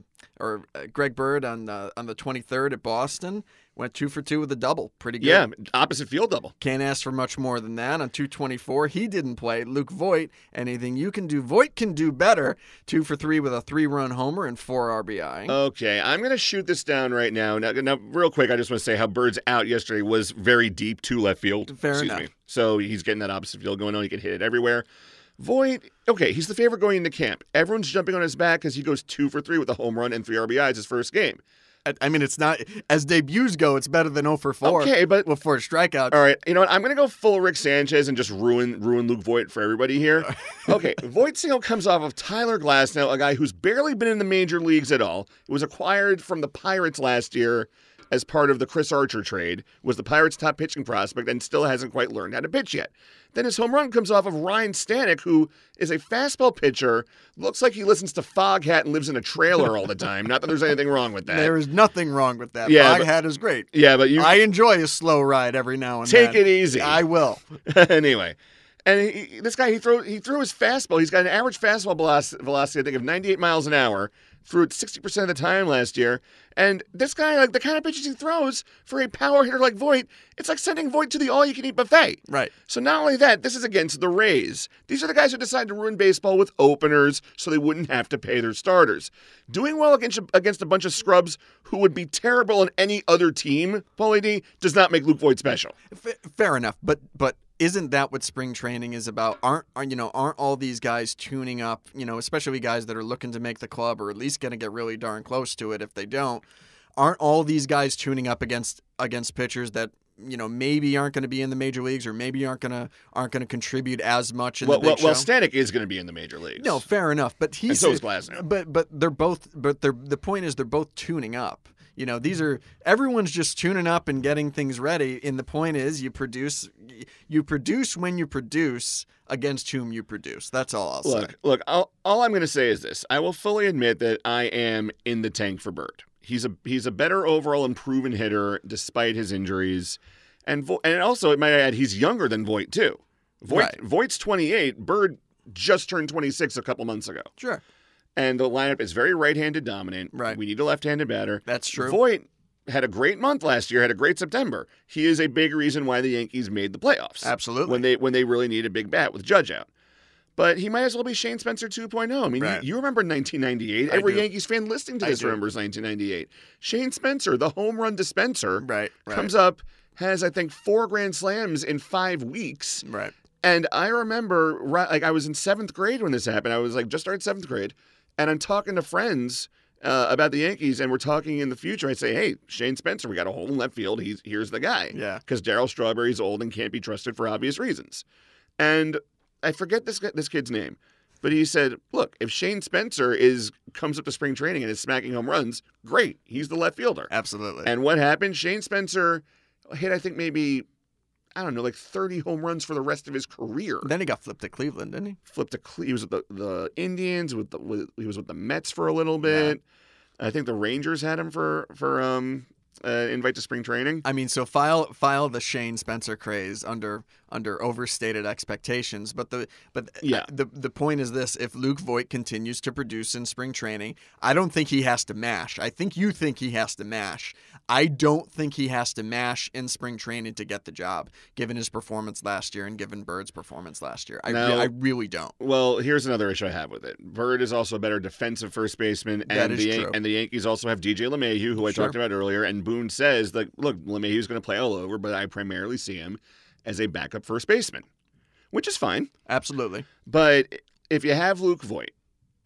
Speaker 4: or uh, Greg Bird on uh, on the 23rd at Boston went 2 for 2 with a double. Pretty good.
Speaker 3: Yeah, opposite field double.
Speaker 4: Can't ask for much more than that. On 224, he didn't play. Luke Voigt, anything you can do, Voigt can do better. Two for three with a three run homer and four RBI.
Speaker 3: Okay, I'm gonna shoot this down right now. Now, now real quick, I just want to say how Bird's out yesterday was very deep to left field.
Speaker 4: Fair
Speaker 3: Excuse
Speaker 4: enough.
Speaker 3: me. So he's getting that opposite field going on. He can hit it everywhere. Void. Okay, he's the favorite going into camp. Everyone's jumping on his back because he goes two for three with a home run and three RBIs his first game.
Speaker 4: I, I mean, it's not, as debuts go, it's better than 0 for 4.
Speaker 3: Okay, but
Speaker 4: Well, for a strikeout.
Speaker 3: All right, you know what? I'm gonna go full Rick Sanchez and just ruin ruin Luke Voigt for everybody here. Okay, Voigt single comes off of Tyler Glasnow, a guy who's barely been in the major leagues at all. It was acquired from the Pirates last year as part of the Chris Archer trade. Was the Pirates' top pitching prospect and still hasn't quite learned how to pitch yet. Then his home run comes off of Ryan Stanek, who is a fastball pitcher. Looks like he listens to Foghat and lives in a trailer all the time. Not that there's anything wrong with that.
Speaker 4: There is nothing wrong with that.
Speaker 3: Yeah,
Speaker 4: My
Speaker 3: but-
Speaker 4: hat is great.
Speaker 3: yeah, but you
Speaker 4: I enjoy a slow ride every now and
Speaker 3: take
Speaker 4: then.
Speaker 3: it easy.
Speaker 4: I will.
Speaker 3: anyway, and he, he- this guy he threw he threw his fastball. He's got an average fastball veloc- velocity, I think, of 98 miles an hour. Threw it 60% of the time last year. And this guy, like the kind of pitches he throws for a power hitter like Voight, it's like sending Voight to the all-you-can-eat buffet.
Speaker 4: Right.
Speaker 3: So not only that, this is against the Rays. These are the guys who decided to ruin baseball with openers so they wouldn't have to pay their starters. Doing well against against a bunch of scrubs who would be terrible on any other team, Paulie D, does not make Luke Voigt special.
Speaker 4: F- fair enough, but but isn't that what spring training is about? Aren't are, you know aren't all these guys tuning up? You know, especially guys that are looking to make the club or at least going to get really darn close to it. If they don't, aren't all these guys tuning up against against pitchers that you know maybe aren't going to be in the major leagues or maybe aren't going to aren't going to contribute as much in
Speaker 3: well,
Speaker 4: the big
Speaker 3: well, well,
Speaker 4: show?
Speaker 3: Stanek is going to be in the major leagues.
Speaker 4: No, fair enough. But he's
Speaker 3: so is Glasnow.
Speaker 4: But but they're both. But they're the point is they're both tuning up. You know, these are everyone's just tuning up and getting things ready. And the point is, you produce, you produce when you produce against whom you produce. That's all I'll say.
Speaker 3: look, look. I'll, all I'm going to say is this: I will fully admit that I am in the tank for Bird. He's a he's a better overall and proven hitter despite his injuries, and Vo- and also it might add he's younger than Voit too. Voit
Speaker 4: Right.
Speaker 3: Voit's 28. Bird just turned 26 a couple months ago,
Speaker 4: Sure,
Speaker 3: and the lineup is very right-handed dominant.
Speaker 4: Right.
Speaker 3: We need a left-handed batter.
Speaker 4: that's true.
Speaker 3: Voit had a great month last year, had a great September. He is a big reason why the Yankees made the playoffs.
Speaker 4: Absolutely.
Speaker 3: When they when they really need a big bat with Judge out. But he might as well be Shane Spencer 2.0. I mean,
Speaker 4: Right.
Speaker 3: you, you remember 1998.
Speaker 4: I
Speaker 3: Every
Speaker 4: do.
Speaker 3: Yankees fan listening to
Speaker 4: I
Speaker 3: this
Speaker 4: do.
Speaker 3: remembers 1998. Shane Spencer, the home run dispenser,
Speaker 4: right, right,
Speaker 3: comes up, has, I think, four grand slams in five weeks.
Speaker 4: right.
Speaker 3: And I remember, right, like, I was in seventh grade when this happened. I was like, just started seventh grade, and I'm talking to friends uh, about the Yankees, and we're talking in the future. I say, hey, Shane Spencer, we got a hole in left field. He's here's the guy.
Speaker 4: Yeah.
Speaker 3: Because Daryl Strawberry's old and can't be trusted for obvious reasons. And I forget this guy- this kid's name, but he said, look, if Shane Spencer is comes up to spring training and is smacking home runs, great, he's the left fielder.
Speaker 4: Absolutely.
Speaker 3: And what happened? Shane Spencer hit, I think, maybe, I don't know, like 30 home runs for the rest of his career.
Speaker 4: then he got flipped to Cleveland, didn't he?
Speaker 3: Flipped a, Cle- he was with the, the Indians, with the with, he was with the Mets for a little bit. I think the Rangers had him for for um uh, invite to spring training?
Speaker 4: I mean, so file file the Shane Spencer craze under under overstated expectations, but the but uh,
Speaker 3: Yeah.
Speaker 4: the the point is this: if Luke Voigt continues to produce in spring training, I don't think he has to mash. I think you think he has to mash. I don't think he has to mash in spring training to get the job, given his performance last year and given Bird's performance last year. I re-
Speaker 3: No.
Speaker 4: I really don't.
Speaker 3: Well, here's another issue I have with it. Bird is also a better defensive first baseman, and
Speaker 4: That is
Speaker 3: the Yan-
Speaker 4: true.
Speaker 3: and the Yankees also have DJ LeMahieu, who I
Speaker 4: Sure.
Speaker 3: talked about earlier. And Boone says, like, look, LeMahieu's going to play all over, but I primarily see him as a backup first baseman, which is fine.
Speaker 4: Absolutely.
Speaker 3: But if you have Luke Voigt,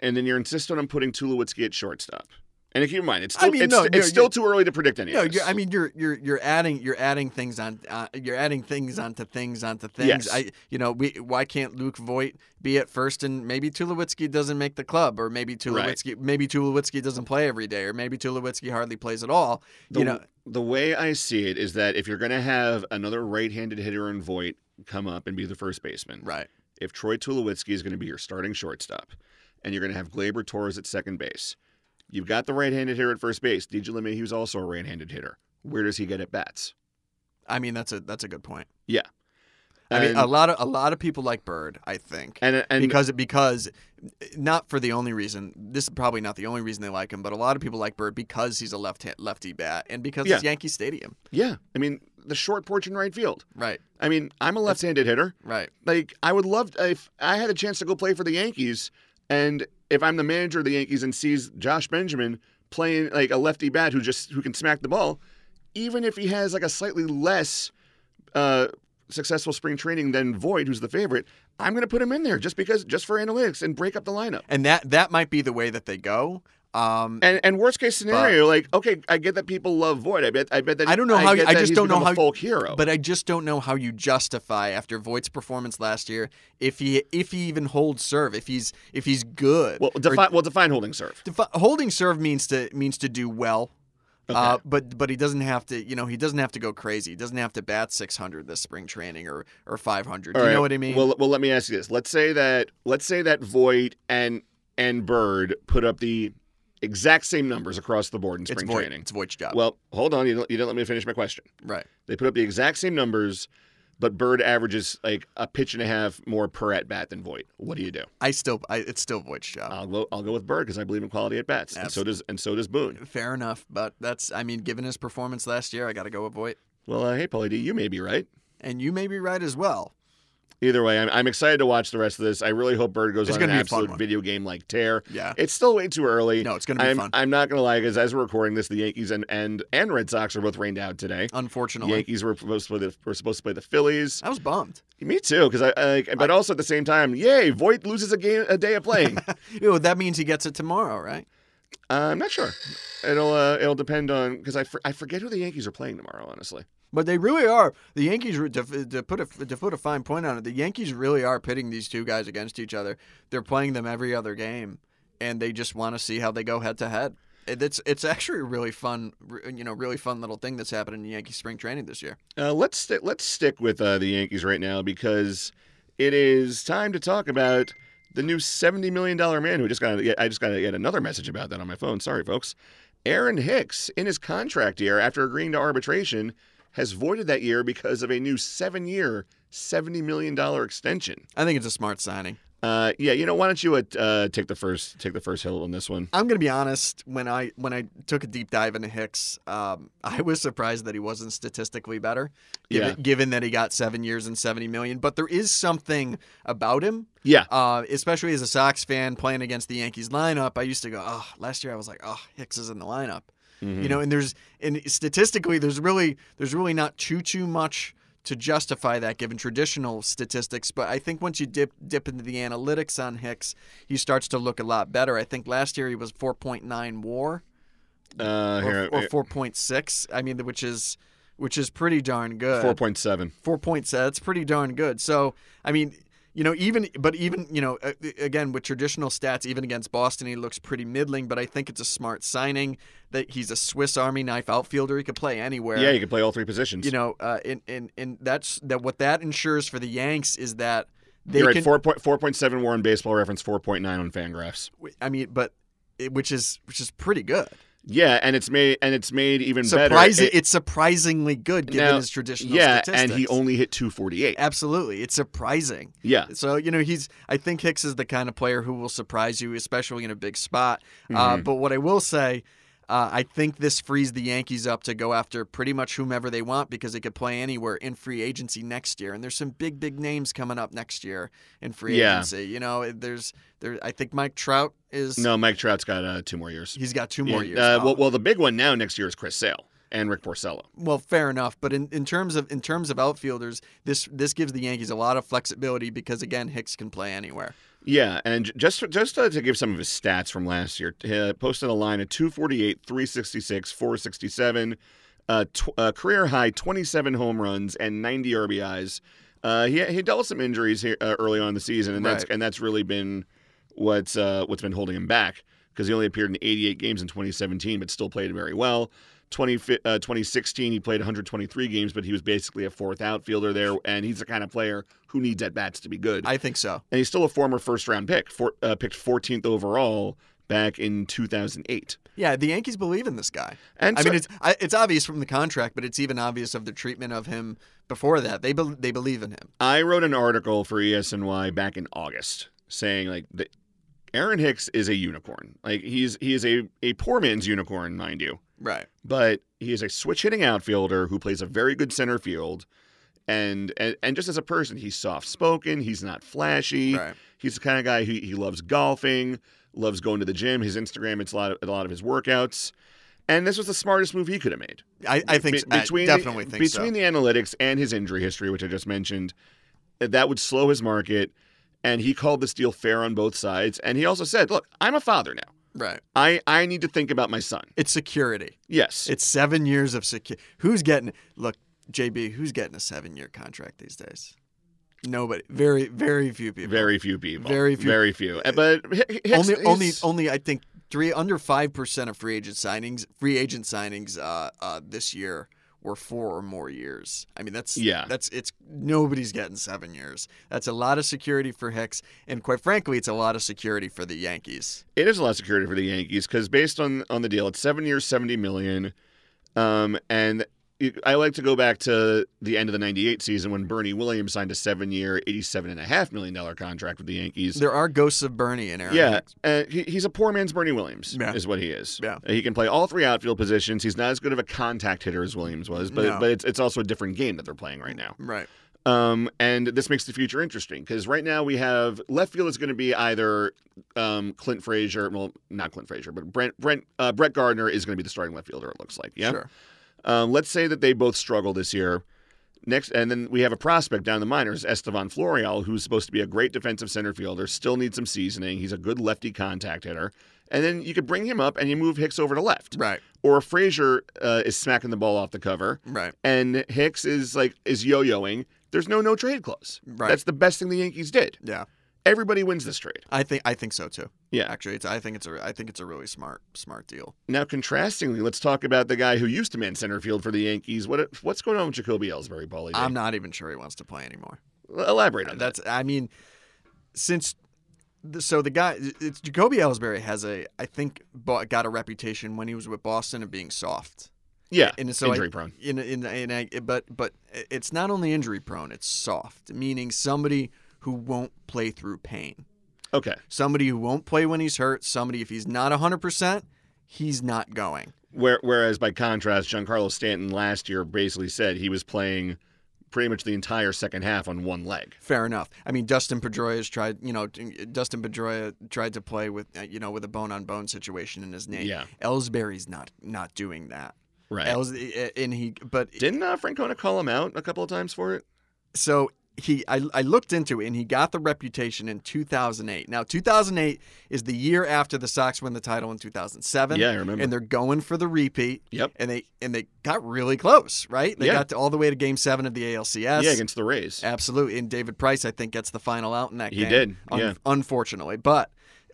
Speaker 3: and then you're insisting on putting Tulowitzki at shortstop, and keep in mind, it's
Speaker 4: I
Speaker 3: still,
Speaker 4: mean,
Speaker 3: it's,
Speaker 4: no,
Speaker 3: it's
Speaker 4: you're-
Speaker 3: still
Speaker 4: you're-
Speaker 3: too early to predict any
Speaker 4: No,
Speaker 3: of this.
Speaker 4: you're, I mean you're you're you're adding you're adding things on uh, you're adding things onto things onto things.
Speaker 3: Yes.
Speaker 4: I you know we why can't Luke Voigt be at first and maybe Tulowitzki doesn't make the club or maybe
Speaker 3: Right.
Speaker 4: Tulowitzki maybe Tulowitzki doesn't play every day or maybe Tulowitzki hardly plays at all.
Speaker 3: the,
Speaker 4: you know
Speaker 3: the way I see it is that if you're going to have another right-handed hitter in Voigt come up and be the first baseman,
Speaker 4: right
Speaker 3: if Troy Tulowitzki is going to be your starting shortstop, and you're going to have Glaber Torres at second base, you've got the right-handed hitter at first base. DJ LeMahieu's also a right-handed hitter. Where does he get at bats?
Speaker 4: I mean that's a that's a good point.
Speaker 3: Yeah,
Speaker 4: I mean
Speaker 3: And-
Speaker 4: a lot of a lot of people like Bird I think
Speaker 3: and and
Speaker 4: because because not for the only reason. This is probably not the only reason they like him, but a lot of people like Bird because he's a left lefty bat and because it's
Speaker 3: Yeah.
Speaker 4: Yankee Stadium.
Speaker 3: yeah, I mean the short porch in right field.
Speaker 4: Right.
Speaker 3: I mean I'm a left-handed hitter.
Speaker 4: Right.
Speaker 3: Like I would love if I had a chance to go play for the Yankees, and if I'm the manager of the Yankees and sees Josh Benjamin playing like a lefty bat who just who can smack the ball, even if he has like a slightly less uh, successful spring training than Void, who's the favorite, I'm going to put him in there just because just for analytics and break up the lineup.
Speaker 4: and that that might be the way that they go. Um,
Speaker 3: And, and worst case scenario, like okay, I get that people love Void. I bet I bet that
Speaker 4: I don't know how you-
Speaker 3: get
Speaker 4: I
Speaker 3: that
Speaker 4: just
Speaker 3: he's
Speaker 4: don't know
Speaker 3: become a
Speaker 4: how-
Speaker 3: folk hero.
Speaker 4: but I just don't know how you justify after Voight's performance last year if he if he even holds serve if he's if he's good.
Speaker 3: well,
Speaker 4: Or
Speaker 3: define well define holding serve.
Speaker 4: defi- holding serve means to means to do well. Uh, but but he doesn't have to you know he doesn't have to go crazy he doesn't have to bat 600 this spring training or or 500
Speaker 3: All
Speaker 4: you
Speaker 3: right.
Speaker 4: know what I mean
Speaker 3: Well, well, let me ask you this. Let's say that let's say that Void and and Bird put up the exact same numbers across the board in
Speaker 4: it's
Speaker 3: spring
Speaker 4: Voight
Speaker 3: training.
Speaker 4: it's Voight's job
Speaker 3: Well, hold on. You don't, you didn't let me finish my question.
Speaker 4: right
Speaker 3: They put up the exact same numbers, but Bird averages like a pitch and a half more per at bat than Void. What do you do?
Speaker 4: I still I, it's still Voight's job
Speaker 3: I'll go. I'll go with Bird because I believe in quality at bats, and so does and so does Boone.
Speaker 4: fair enough but that's I mean given his performance last year I got to go with Voight
Speaker 3: Well, uh, hey, Paulie D, you may be right.
Speaker 4: and you may be right as well.
Speaker 3: Either way, I'm, I'm excited to watch the rest of this. I really hope Bird goes
Speaker 4: It's
Speaker 3: on an
Speaker 4: gonna be a fun
Speaker 3: absolute
Speaker 4: one.
Speaker 3: video game like tear.
Speaker 4: Yeah.
Speaker 3: It's still way too early.
Speaker 4: No, it's gonna be
Speaker 3: I'm,
Speaker 4: fun.
Speaker 3: I'm not gonna lie, because as we're recording this, the Yankees and and, and Red Sox are both rained out today.
Speaker 4: Oh,
Speaker 3: The
Speaker 4: Unfortunately,
Speaker 3: Yankees were supposed to play the were supposed to play the Phillies.
Speaker 4: I was bummed.
Speaker 3: Me too, because I, I but also at the same time, yay, Voight loses a game a day of playing. uh,
Speaker 4: Ew, that means he gets it tomorrow, right?
Speaker 3: I'm not sure. It'll uh, it'll depend on because I, for, I forget who the Yankees are playing tomorrow. Honestly,
Speaker 4: But they really are. The Yankees were- to, to put a to put a fine point on it. The Yankees really are pitting these two guys against each other. They're playing them every other game, and they just want to see how they go head to head. And It's it's actually a really fun, re- you know, really fun little thing that's happened in Yankee spring training this year.
Speaker 3: Uh, let's sti let's stick with uh, the Yankees right now because it is time to talk about the new seventy million dollar man who just got yet- I just got yet another message about that on my phone. Sorry, folks. Aaron Hicks, in his contract year after agreeing to arbitration, has voided that year because of a new seven year, seventy million dollar extension.
Speaker 4: I think it's a smart signing.
Speaker 3: Uh, yeah, you know, why don't you uh, uh, take the first take the first hill on this one?
Speaker 4: I'm gonna be honest. When I when I took a deep dive into Hicks, um, I was surprised that he wasn't statistically better, given,
Speaker 3: Yeah.
Speaker 4: given that he got seven years and seventy million. But there is something about him,
Speaker 3: Yeah,
Speaker 4: uh, especially as a Sox fan playing against the Yankees lineup. I used to go, oh, last year I was like, oh, Hicks is in the lineup, you know. And there's and statistically, there's really there's really not too too much to justify that given traditional statistics. But I think once you dip dip into the analytics on Hicks, he starts to look a lot better. I think last year he was 4.9 WAR
Speaker 3: uh,
Speaker 4: or,
Speaker 3: here,
Speaker 4: or 4.6. I mean, which is which is pretty darn good
Speaker 3: four point seven.
Speaker 4: four points. uh, That's pretty darn good. So I mean, you know, even but even you know, uh, again with traditional stats, even against Boston, he looks pretty middling. But I think it's a smart signing that he's a Swiss Army knife outfielder. He could play anywhere.
Speaker 3: Yeah, you can play all three positions.
Speaker 4: you know, uh, and and and that's that. What that ensures for the Yanks is that they
Speaker 3: You're
Speaker 4: can.
Speaker 3: at four point four point seven war in baseball reference, four point nine on Fangraphs.
Speaker 4: I mean, but it, which is which is pretty good.
Speaker 3: Yeah, and it's made and it's made even
Speaker 4: Surprising,
Speaker 3: better.
Speaker 4: it's surprisingly good given
Speaker 3: Now,
Speaker 4: his traditional
Speaker 3: yeah,
Speaker 4: statistics.
Speaker 3: and he only hit 248.
Speaker 4: absolutely it's surprising.
Speaker 3: Yeah,
Speaker 4: So you know he's. I think Hicks is the kind of player who will surprise you, especially in a big spot. Uh,
Speaker 3: Mm-hmm.
Speaker 4: but what I will say, uh, I think this frees the Yankees up to go after pretty much whomever they want because they could play anywhere in free agency next year. And there's some big, big names coming up next year in free
Speaker 3: Yeah.
Speaker 4: agency. You know, there's there. I think Mike Trout is.
Speaker 3: no, Mike Trout's got uh, two more years.
Speaker 4: He's got two more
Speaker 3: Yeah,
Speaker 4: years.
Speaker 3: Uh,
Speaker 4: Oh.
Speaker 3: well, well, the big one now next year is Chris Sale and Rick Porcello.
Speaker 4: Well, fair enough, but in, in terms of in terms of outfielders, this this gives the Yankees a lot of flexibility because again, Hicks can play anywhere.
Speaker 3: Yeah, and j- just just uh, to give some of his stats from last year, uh, posted a line of 248, 366, 467, uh, tw- uh, career high 27 home runs and 90 RBIs. Uh, he he dealt with some injuries here uh, early on in the season, and that's
Speaker 4: Right.
Speaker 3: and that's really been what's uh, what's been holding him back because he only appeared in 88 games in 2017, but still played very well. 20, fi- uh, 2016, he played 123 games, but he was basically a fourth outfielder there, and he's the kind of player who needs at bats to be good
Speaker 4: I think so.
Speaker 3: and he's still a former first round pick, for, uh, picked 14th overall back in 2008.
Speaker 4: Yeah, the Yankees believe in this guy.
Speaker 3: And
Speaker 4: I
Speaker 3: so-
Speaker 4: mean, it's I, it's obvious from the contract, but it's even obvious of the treatment of him before that. They bel they believe in him.
Speaker 3: I wrote an article for E ESNY back in August saying like that Aaron Hicks is a unicorn. Like he's he is a a poor man's unicorn, mind you,
Speaker 4: Right.
Speaker 3: but he is a switch hitting outfielder who plays a very good center field. And, and and just as a person, he's soft spoken. He's not flashy.
Speaker 4: Right.
Speaker 3: He's the kind of guy who he loves golfing, loves going to the gym. His Instagram, it's a lot of a lot of his workouts. And this was the smartest move he could have made.
Speaker 4: I, I think
Speaker 3: Be-
Speaker 4: so. I definitely
Speaker 3: the,
Speaker 4: think so.
Speaker 3: between the analytics and his injury history, which I just mentioned, eh, that would slow his market. And he called this deal fair on both sides. And he also said, "Look, I'm a father now.
Speaker 4: right.
Speaker 3: I I need to think about my son."
Speaker 4: It's security.
Speaker 3: Yes,
Speaker 4: It's seven years of security. Who's getting look, JB? Who's getting a seven year contract these days? Nobody. Very very few people.
Speaker 3: very few people.
Speaker 4: Very few.
Speaker 3: Very few. Uh, But Hi- Hi- Hicks,
Speaker 4: only, only,
Speaker 3: he's-
Speaker 4: only. I think three under five percent of free agent signings, free agent signings, uh, uh, this year were four or more years. I mean, that's
Speaker 3: Yeah.
Speaker 4: That's it's nobody's getting seven years. That's a lot of security for Hicks, and quite frankly, it's a lot of security for the Yankees.
Speaker 3: it is a lot of security for the Yankees because based on on the deal, it's seven years, seventy million. Um, and you- I like to go back to the end of the '98 season when Bernie Williams signed a seven-year, eighty-seven and a half million dollar contract with the Yankees.
Speaker 4: There are ghosts of Bernie in Aaron.
Speaker 3: Yeah,
Speaker 4: Hicks.
Speaker 3: uh, he, he's a poor man's Bernie Williams,
Speaker 4: Yeah.
Speaker 3: is what he is.
Speaker 4: Yeah.
Speaker 3: he can play all three outfield positions. He's not as good of a contact hitter as Williams was, but
Speaker 4: No.
Speaker 3: but it's, it's also a different game that they're playing right now.
Speaker 4: right.
Speaker 3: Um, and this makes the future interesting because right now we have left field is going to be either um, Clint Frazier, well, not Clint Frazier, but Brent Brent uh, Brett Gardner is going to be the starting left fielder. It looks like, yeah.
Speaker 4: Sure.
Speaker 3: Um, let's say that they both struggle this year. Next, and then we have a prospect down the minors, Estevan Florial, who's supposed to be a great defensive center fielder, still needs some seasoning. He's a good lefty contact hitter. And then you could bring him up and you move Hicks over to left.
Speaker 4: Right.
Speaker 3: Or Frazier uh, is smacking the ball off the cover
Speaker 4: Right.
Speaker 3: and Hicks is like is yo-yoing. There's no no trade clause.
Speaker 4: Right.
Speaker 3: That's the best thing the Yankees did.
Speaker 4: Yeah.
Speaker 3: Everybody wins this trade.
Speaker 4: I think I think so too.
Speaker 3: Yeah.
Speaker 4: Actually, it's I think it's a I think it's a really smart smart deal.
Speaker 3: Now, contrastingly, let's talk about the guy who used to man center field for the Yankees. What what's going on with Jacoby Ellsbury, Paulie?
Speaker 4: I'm not even sure he wants to play anymore.
Speaker 3: Elaborate on that.
Speaker 4: Um, That's I mean, since the, so the guy it's Jacoby Ellsbury has a I think bo- got a reputation when he was with Boston of being soft.
Speaker 3: Yeah,
Speaker 4: And so I-
Speaker 3: injury prone.
Speaker 4: In, in, in, I- but but it's not only injury prone; it's soft, meaning somebody who won't play through pain,
Speaker 3: Okay,
Speaker 4: somebody who won't play when he's hurt, somebody if he's not hundred percent, he's not going.
Speaker 3: Where, whereas by contrast, Giancarlo Stanton last year basically said he was playing pretty much the entire second half on one leg.
Speaker 4: Fair enough. I mean, Dustin Pedroia's tried, you know, Dustin Pedroia tried to play with, uh, you know, with a bone on bone situation in his name.
Speaker 3: Yeah.
Speaker 4: Ellsbury's not not doing that.
Speaker 3: Right?
Speaker 4: Ells, and he, but
Speaker 3: Didn't uh, Francona call him out a couple of times for it?
Speaker 4: so he, I, I looked into it, and he got the reputation in 2008. Now, 2008 is the year after the Sox win the title in 2007.
Speaker 3: Yeah, I remember.
Speaker 4: And they're going for the repeat.
Speaker 3: Yep.
Speaker 4: And they and they got really close, right? They
Speaker 3: Yeah.
Speaker 4: got to, all the way to Game Seven of the ALCS.
Speaker 3: yeah, against the Rays.
Speaker 4: Absolutely. And David Price, I think, gets the final out in that
Speaker 3: He
Speaker 4: game.
Speaker 3: did, yeah.
Speaker 4: Unfortunately. But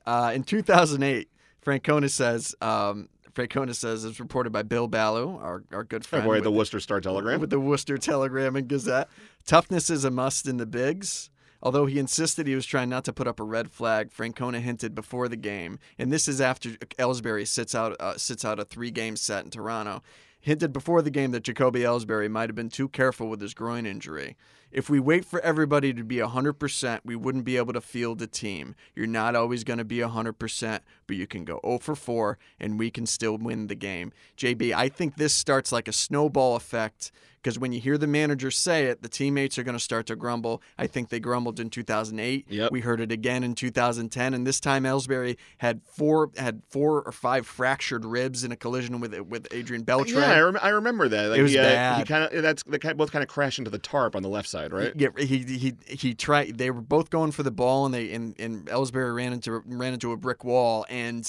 Speaker 4: uh, in 2008, Francona says, um, Francona says, it's reported by Bill Ballou, our, our good
Speaker 3: Oh
Speaker 4: friend.
Speaker 3: boy,
Speaker 4: with
Speaker 3: the Worcester Star Telegram.
Speaker 4: with the Worcester Telegram and Gazette. Toughness is a must in the bigs. Although he insisted he was trying not to put up a red flag, Francona hinted before the game, and this is after Ellsbury sits out uh, sits out a three-game set in Toronto, hinted before the game that Jacoby Ellsbury might have been too careful with his groin injury. If we wait for everybody to be 100%, we wouldn't be able to field a team. You're not always going to be 100%, but you can go 0 for 4 and we can still win the game. JB, I think this starts like a snowball effect because when you hear the manager say it, the teammates are going to start to grumble. I think they grumbled in 2008.
Speaker 3: Yep.
Speaker 4: We heard it again in 2010, and this time Ellsbury had four had four or five fractured ribs in a collision with with Adrian Beltre.
Speaker 3: Yeah, I, rem- I remember that. Like,
Speaker 4: Oh, It was
Speaker 3: he, uh, He
Speaker 4: bad.
Speaker 3: kind of that's they kind both kind of crash into the tarp on the left side, right?
Speaker 4: Yeah, he he he tried. They were both going for the ball, and they and, and Ellsbury ran into ran into a brick wall, and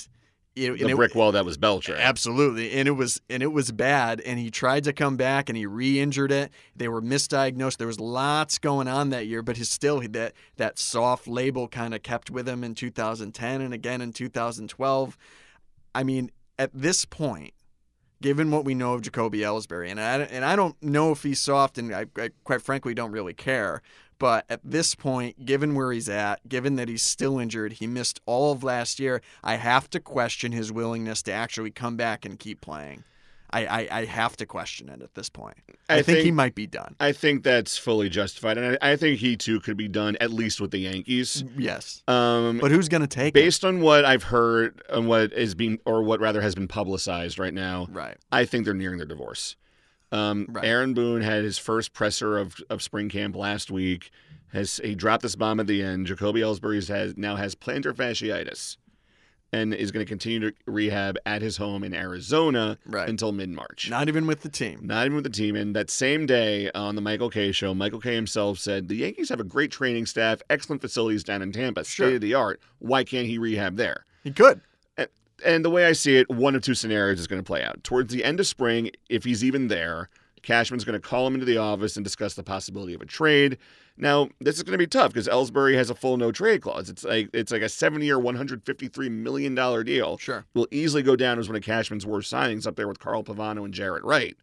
Speaker 4: it, and
Speaker 3: the
Speaker 4: it-
Speaker 3: brick wall that was Belcher.
Speaker 4: Absolutely, and it was and it was bad. And he tried to come back, and he re-injured it. They were misdiagnosed. There was lots going on that year, but his still that that soft label kind of kept with him in 2010 and again in 2012. I mean, at this point, given what we know of Jacoby Ellsbury, and I and I don't know if he's soft, and I, I quite frankly don't really care. But at this point, given where he's at, given that he's still injured, he missed all of last year. I have to question his willingness to actually come back and keep playing. I, I, I have to question it at this point.
Speaker 3: I
Speaker 4: I, think, he
Speaker 3: think-
Speaker 4: might be done.
Speaker 3: I think that's fully justified, and I, I think he too could be done at least with the Yankees.
Speaker 4: Yes,
Speaker 3: Um,
Speaker 4: Mm-hmm. but who's going to take it?
Speaker 3: based on what I've heard and what is being, or what rather has been publicized right now,
Speaker 4: Right.
Speaker 3: I think they're nearing their divorce. Um,
Speaker 4: Right.
Speaker 3: Aaron Boone had his first presser of, of spring camp last week. Has he dropped this bomb at the end? Jacoby Ellsbury has now has plantar fasciitis, and is going to continue to rehab at his home in Arizona
Speaker 4: Right.
Speaker 3: until mid March.
Speaker 4: Not even with the team.
Speaker 3: Not even with the team. And that same day on the Michael K show, Michael K himself said the Yankees have a great training staff, excellent facilities down in Tampa,
Speaker 4: Sure.
Speaker 3: state of the art. Why can't he rehab there?
Speaker 4: He could.
Speaker 3: And the way I see it, one of two scenarios is going to play out. Towards the end of spring, if he's even there, Cashman's going to call him into the office and discuss the possibility of a trade. Now, this is going to be tough because Ellsbury has a full no trade clause. It's like it's like a seven year, one hundred fifty three million dollar deal.
Speaker 4: Sure.
Speaker 3: will easily go down as one of Cashman's worst signings up there with Carl Pavano and Jarrett Wright.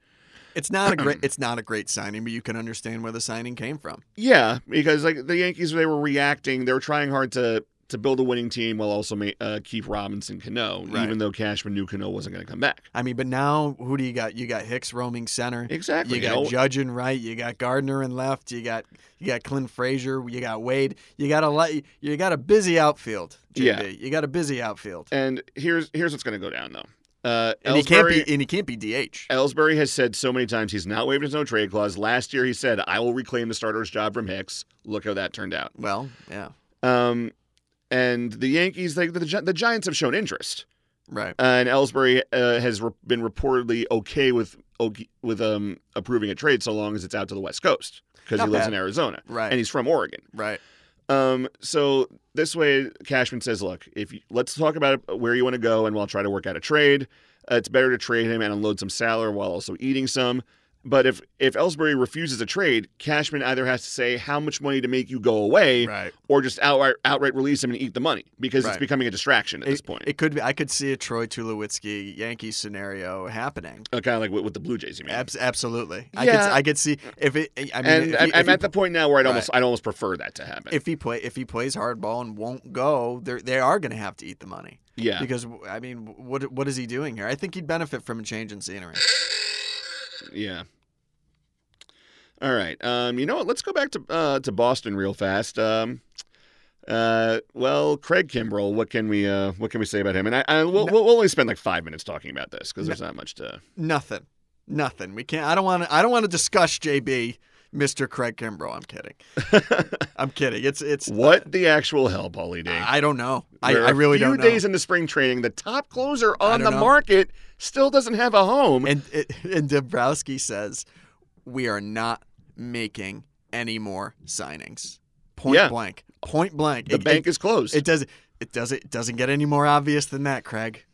Speaker 4: It's not a great. It's not a great signing, but you can understand where the signing came from.
Speaker 3: Yeah, because like the Yankees, they were reacting. They were trying hard to to build a winning team while also ma- uh, keep Robinson Cano,
Speaker 4: Right.
Speaker 3: even though Cashman knew Cano wasn't going to come back.
Speaker 4: I mean, but now who do you got? You got Hicks roaming center.
Speaker 3: Exactly.
Speaker 4: You got
Speaker 3: know?
Speaker 4: Judge in right. You got Gardner in left. You got you got Clint Frazier. You got Wade. You got a lot. You got a busy outfield. JB.
Speaker 3: Yeah.
Speaker 4: You got a busy outfield.
Speaker 3: and here's here's what's going to go down though. Uh, Ellsbury,
Speaker 4: And he can't be. And he can't be DH.
Speaker 3: Ellsbury has said so many times he's not waiving his no trade clause. Last year he said, "I will reclaim the starter's job from Hicks." Look how that turned out.
Speaker 4: Well, yeah.
Speaker 3: Um, and the Yankees, they, the Gi- the Giants have shown interest.
Speaker 4: Right.
Speaker 3: Uh, and Ellsbury uh, has re- been reportedly okay with okay, with um, approving a trade so long as it's out to the West Coast because he
Speaker 4: Not
Speaker 3: lives
Speaker 4: bad.
Speaker 3: in Arizona
Speaker 4: Right.
Speaker 3: and he's from Oregon.
Speaker 4: right.
Speaker 3: Um, so this way, Cashman says, "Look, if you, let's talk about where you want to go, and we'll try to work out a trade. Uh, it's better to trade him and unload some salary while also eating some." But if if Ellsbury refuses a trade, Cashman either has to say how much money to make you go away,
Speaker 4: Right.
Speaker 3: or just outright outright release him and eat the money because it's
Speaker 4: Right.
Speaker 3: becoming a distraction at this point.
Speaker 4: It could be. I could see a Troy Tulowitzki Yankee scenario happening.
Speaker 3: uh, kind of like with, with the Blue Jays, you mean?
Speaker 4: Abs- absolutely. I
Speaker 3: Yeah.
Speaker 4: could. I could see if it. I mean,
Speaker 3: and
Speaker 4: if
Speaker 3: I'm,
Speaker 4: he- if
Speaker 3: I'm
Speaker 4: he
Speaker 3: at the point now where I'd
Speaker 4: Right.
Speaker 3: almost I'd almost prefer that to happen.
Speaker 4: if he play if he plays hardball and won't go, they they are going to have to eat the money.
Speaker 3: Yeah.
Speaker 4: Because I mean, what what is he doing here? I think he'd benefit from a change in scenery.
Speaker 3: yeah. All right. Um, you know what? Let's go back to uh, to Boston real fast. Um, uh, well, Craig Kimbrell, what can we uh, what can we say about him? And I, I we'll, we'll only spend like five minutes talking about this because there's not much to.
Speaker 4: Nothing. Nothing. We can't. I don't want to. I don't want to discuss JB, Mr. Craig Kimbrough. I'm kidding. I'm kidding. It's it's.
Speaker 3: What the actual hell, Paulie D?
Speaker 4: uh, I don't know. I,
Speaker 3: We're
Speaker 4: I really
Speaker 3: a few
Speaker 4: don't know.
Speaker 3: days into spring training, the top closer on
Speaker 4: don't
Speaker 3: the
Speaker 4: know.
Speaker 3: market still doesn't have a home.
Speaker 4: and it, and Dombrowski says, "We are not making any more signings." Point
Speaker 3: Yeah.
Speaker 4: blank. Point blank.
Speaker 3: the
Speaker 4: It-
Speaker 3: bank
Speaker 4: it-
Speaker 3: is closed.
Speaker 4: It doesn't. It doesn't. It doesn't get any more obvious than that, Craig.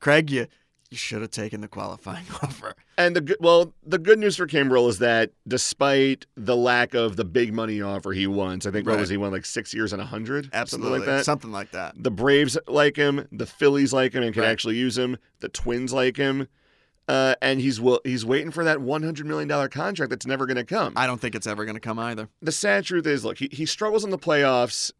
Speaker 4: Craig, you you should have taken the qualifying offer.
Speaker 3: And the good, well, the good news for Kimbrell is that despite the lack of the big money offer he wants, I think what
Speaker 4: Right.
Speaker 3: was he won like six years and a hundred,
Speaker 4: Absolutely,
Speaker 3: like that.
Speaker 4: something like that.
Speaker 3: the Braves like him, the Phillies like him, and can
Speaker 4: Right.
Speaker 3: actually use him. The Twins like him. uh, and he's well, he's waiting for that one hundred million dollar contract that's never going to come.
Speaker 4: I don't think it's ever going to come either.
Speaker 3: the sad truth is, look, he, he struggles in the playoffs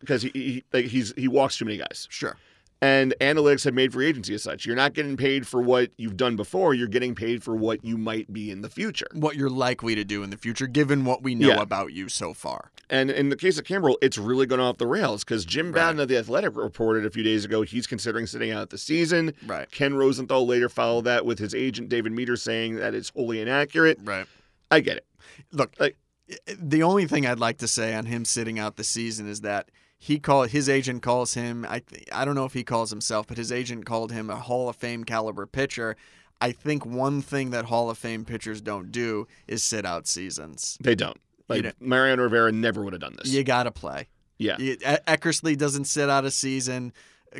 Speaker 3: because he, he like he's he walks too many guys,
Speaker 4: Sure.
Speaker 3: and analytics have made free agency as such. You're not getting paid for what you've done before; you're getting paid for what you might be in the future.
Speaker 4: What you're likely to do in the future, given what we know
Speaker 3: Yeah.
Speaker 4: about you so far.
Speaker 3: And in the case of Kimbrell, it's really gone off the rails because Jim
Speaker 4: Right.
Speaker 3: Bowden of the Athletic reported a few days ago he's considering sitting out the season.
Speaker 4: Right.
Speaker 3: Ken Rosenthal later followed that with his agent David Meter saying that it's wholly inaccurate.
Speaker 4: Right.
Speaker 3: I get it.
Speaker 4: Look,
Speaker 3: Like-
Speaker 4: the only thing I'd like to say on him sitting out the season is that he call his agent calls him. I th- I don't know if he calls himself, but his agent called him a Hall of Fame caliber pitcher. I think one thing that Hall of Fame pitchers don't do is sit out seasons.
Speaker 3: They don't. Like
Speaker 4: don't-
Speaker 3: Mariano Rivera never would have done this.
Speaker 4: You gotta play.
Speaker 3: yeah.
Speaker 4: You- E- Eckersley doesn't sit out a season.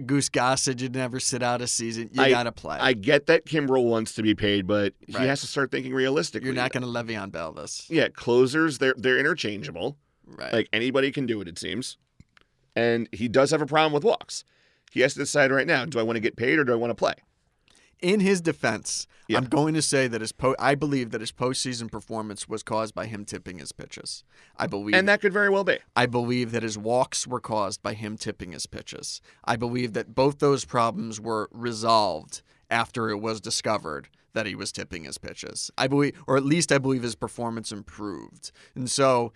Speaker 4: Goose Gossage would never sit out a season. You
Speaker 3: I-
Speaker 4: gotta play.
Speaker 3: I get that Kimbrell wants to be paid, but
Speaker 4: Right.
Speaker 3: he has to start thinking realistically.
Speaker 4: You're not gonna Le'Veon Bell this.
Speaker 3: Yeah, closers they're they're interchangeable.
Speaker 4: Right.
Speaker 3: Like anybody can do it, it seems. And he does have a problem with walks. He has to decide right now: Do I want to get paid or do I want to play?
Speaker 4: in his defense,
Speaker 3: Yeah.
Speaker 4: I'm going to say that his po- I believe that his postseason performance was caused by him tipping his pitches. I believe
Speaker 3: And that could very well be.
Speaker 4: I believe that his walks were caused by him tipping his pitches. I believe that both those problems were resolved after it was discovered that he was tipping his pitches. I believe, or at least I believe his performance improved. And so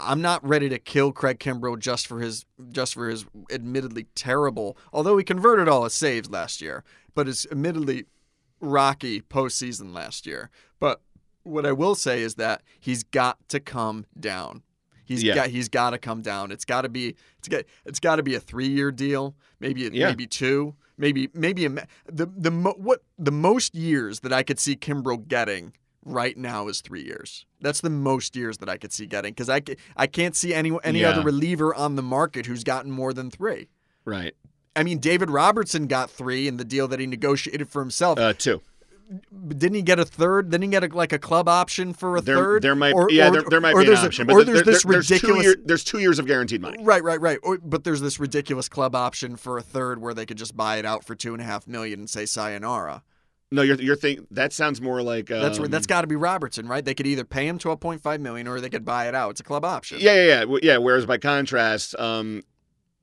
Speaker 4: I'm not ready to kill Craig Kimbrell just for his just for his admittedly terrible, although he converted all his saves last year, but his admittedly rocky postseason last year. But what I will say is that he's got to come down. He's
Speaker 3: Yeah.
Speaker 4: got he's got to come down. It's got to be it's got it's got to be a three year deal, maybe a,
Speaker 3: Yeah.
Speaker 4: maybe two, maybe maybe a, ma- the the mo- what the most years that I could see Kimbrel getting right now is three years. That's the most years that I could see getting because I, ca- I can't see any any
Speaker 3: Yeah.
Speaker 4: other reliever on the market who's gotten more than three.
Speaker 3: Right.
Speaker 4: I mean, David Robertson got three in the deal that he negotiated for himself.
Speaker 3: Uh, two.
Speaker 4: But didn't he get a third? Didn't he get a, like a club option for a
Speaker 3: There,
Speaker 4: third?
Speaker 3: there might,
Speaker 4: Or-
Speaker 3: yeah,
Speaker 4: or-
Speaker 3: there, there might
Speaker 4: or
Speaker 3: be an
Speaker 4: there's a-
Speaker 3: option,
Speaker 4: or
Speaker 3: but there-
Speaker 4: there's
Speaker 3: there-
Speaker 4: this
Speaker 3: there's
Speaker 4: ridiculous.
Speaker 3: Two year, there's two years of guaranteed money.
Speaker 4: Right, right, right. Or, but there's this ridiculous club option for a third where they could just buy it out for two and a half million and say sayonara.
Speaker 3: No, you're, you're think that sounds more like um,
Speaker 4: That's where that's got to be Robertson, right? They could either pay him twelve point five million or they could buy it out. It's a club option.
Speaker 3: yeah, yeah, yeah, W- yeah. Whereas by contrast, um,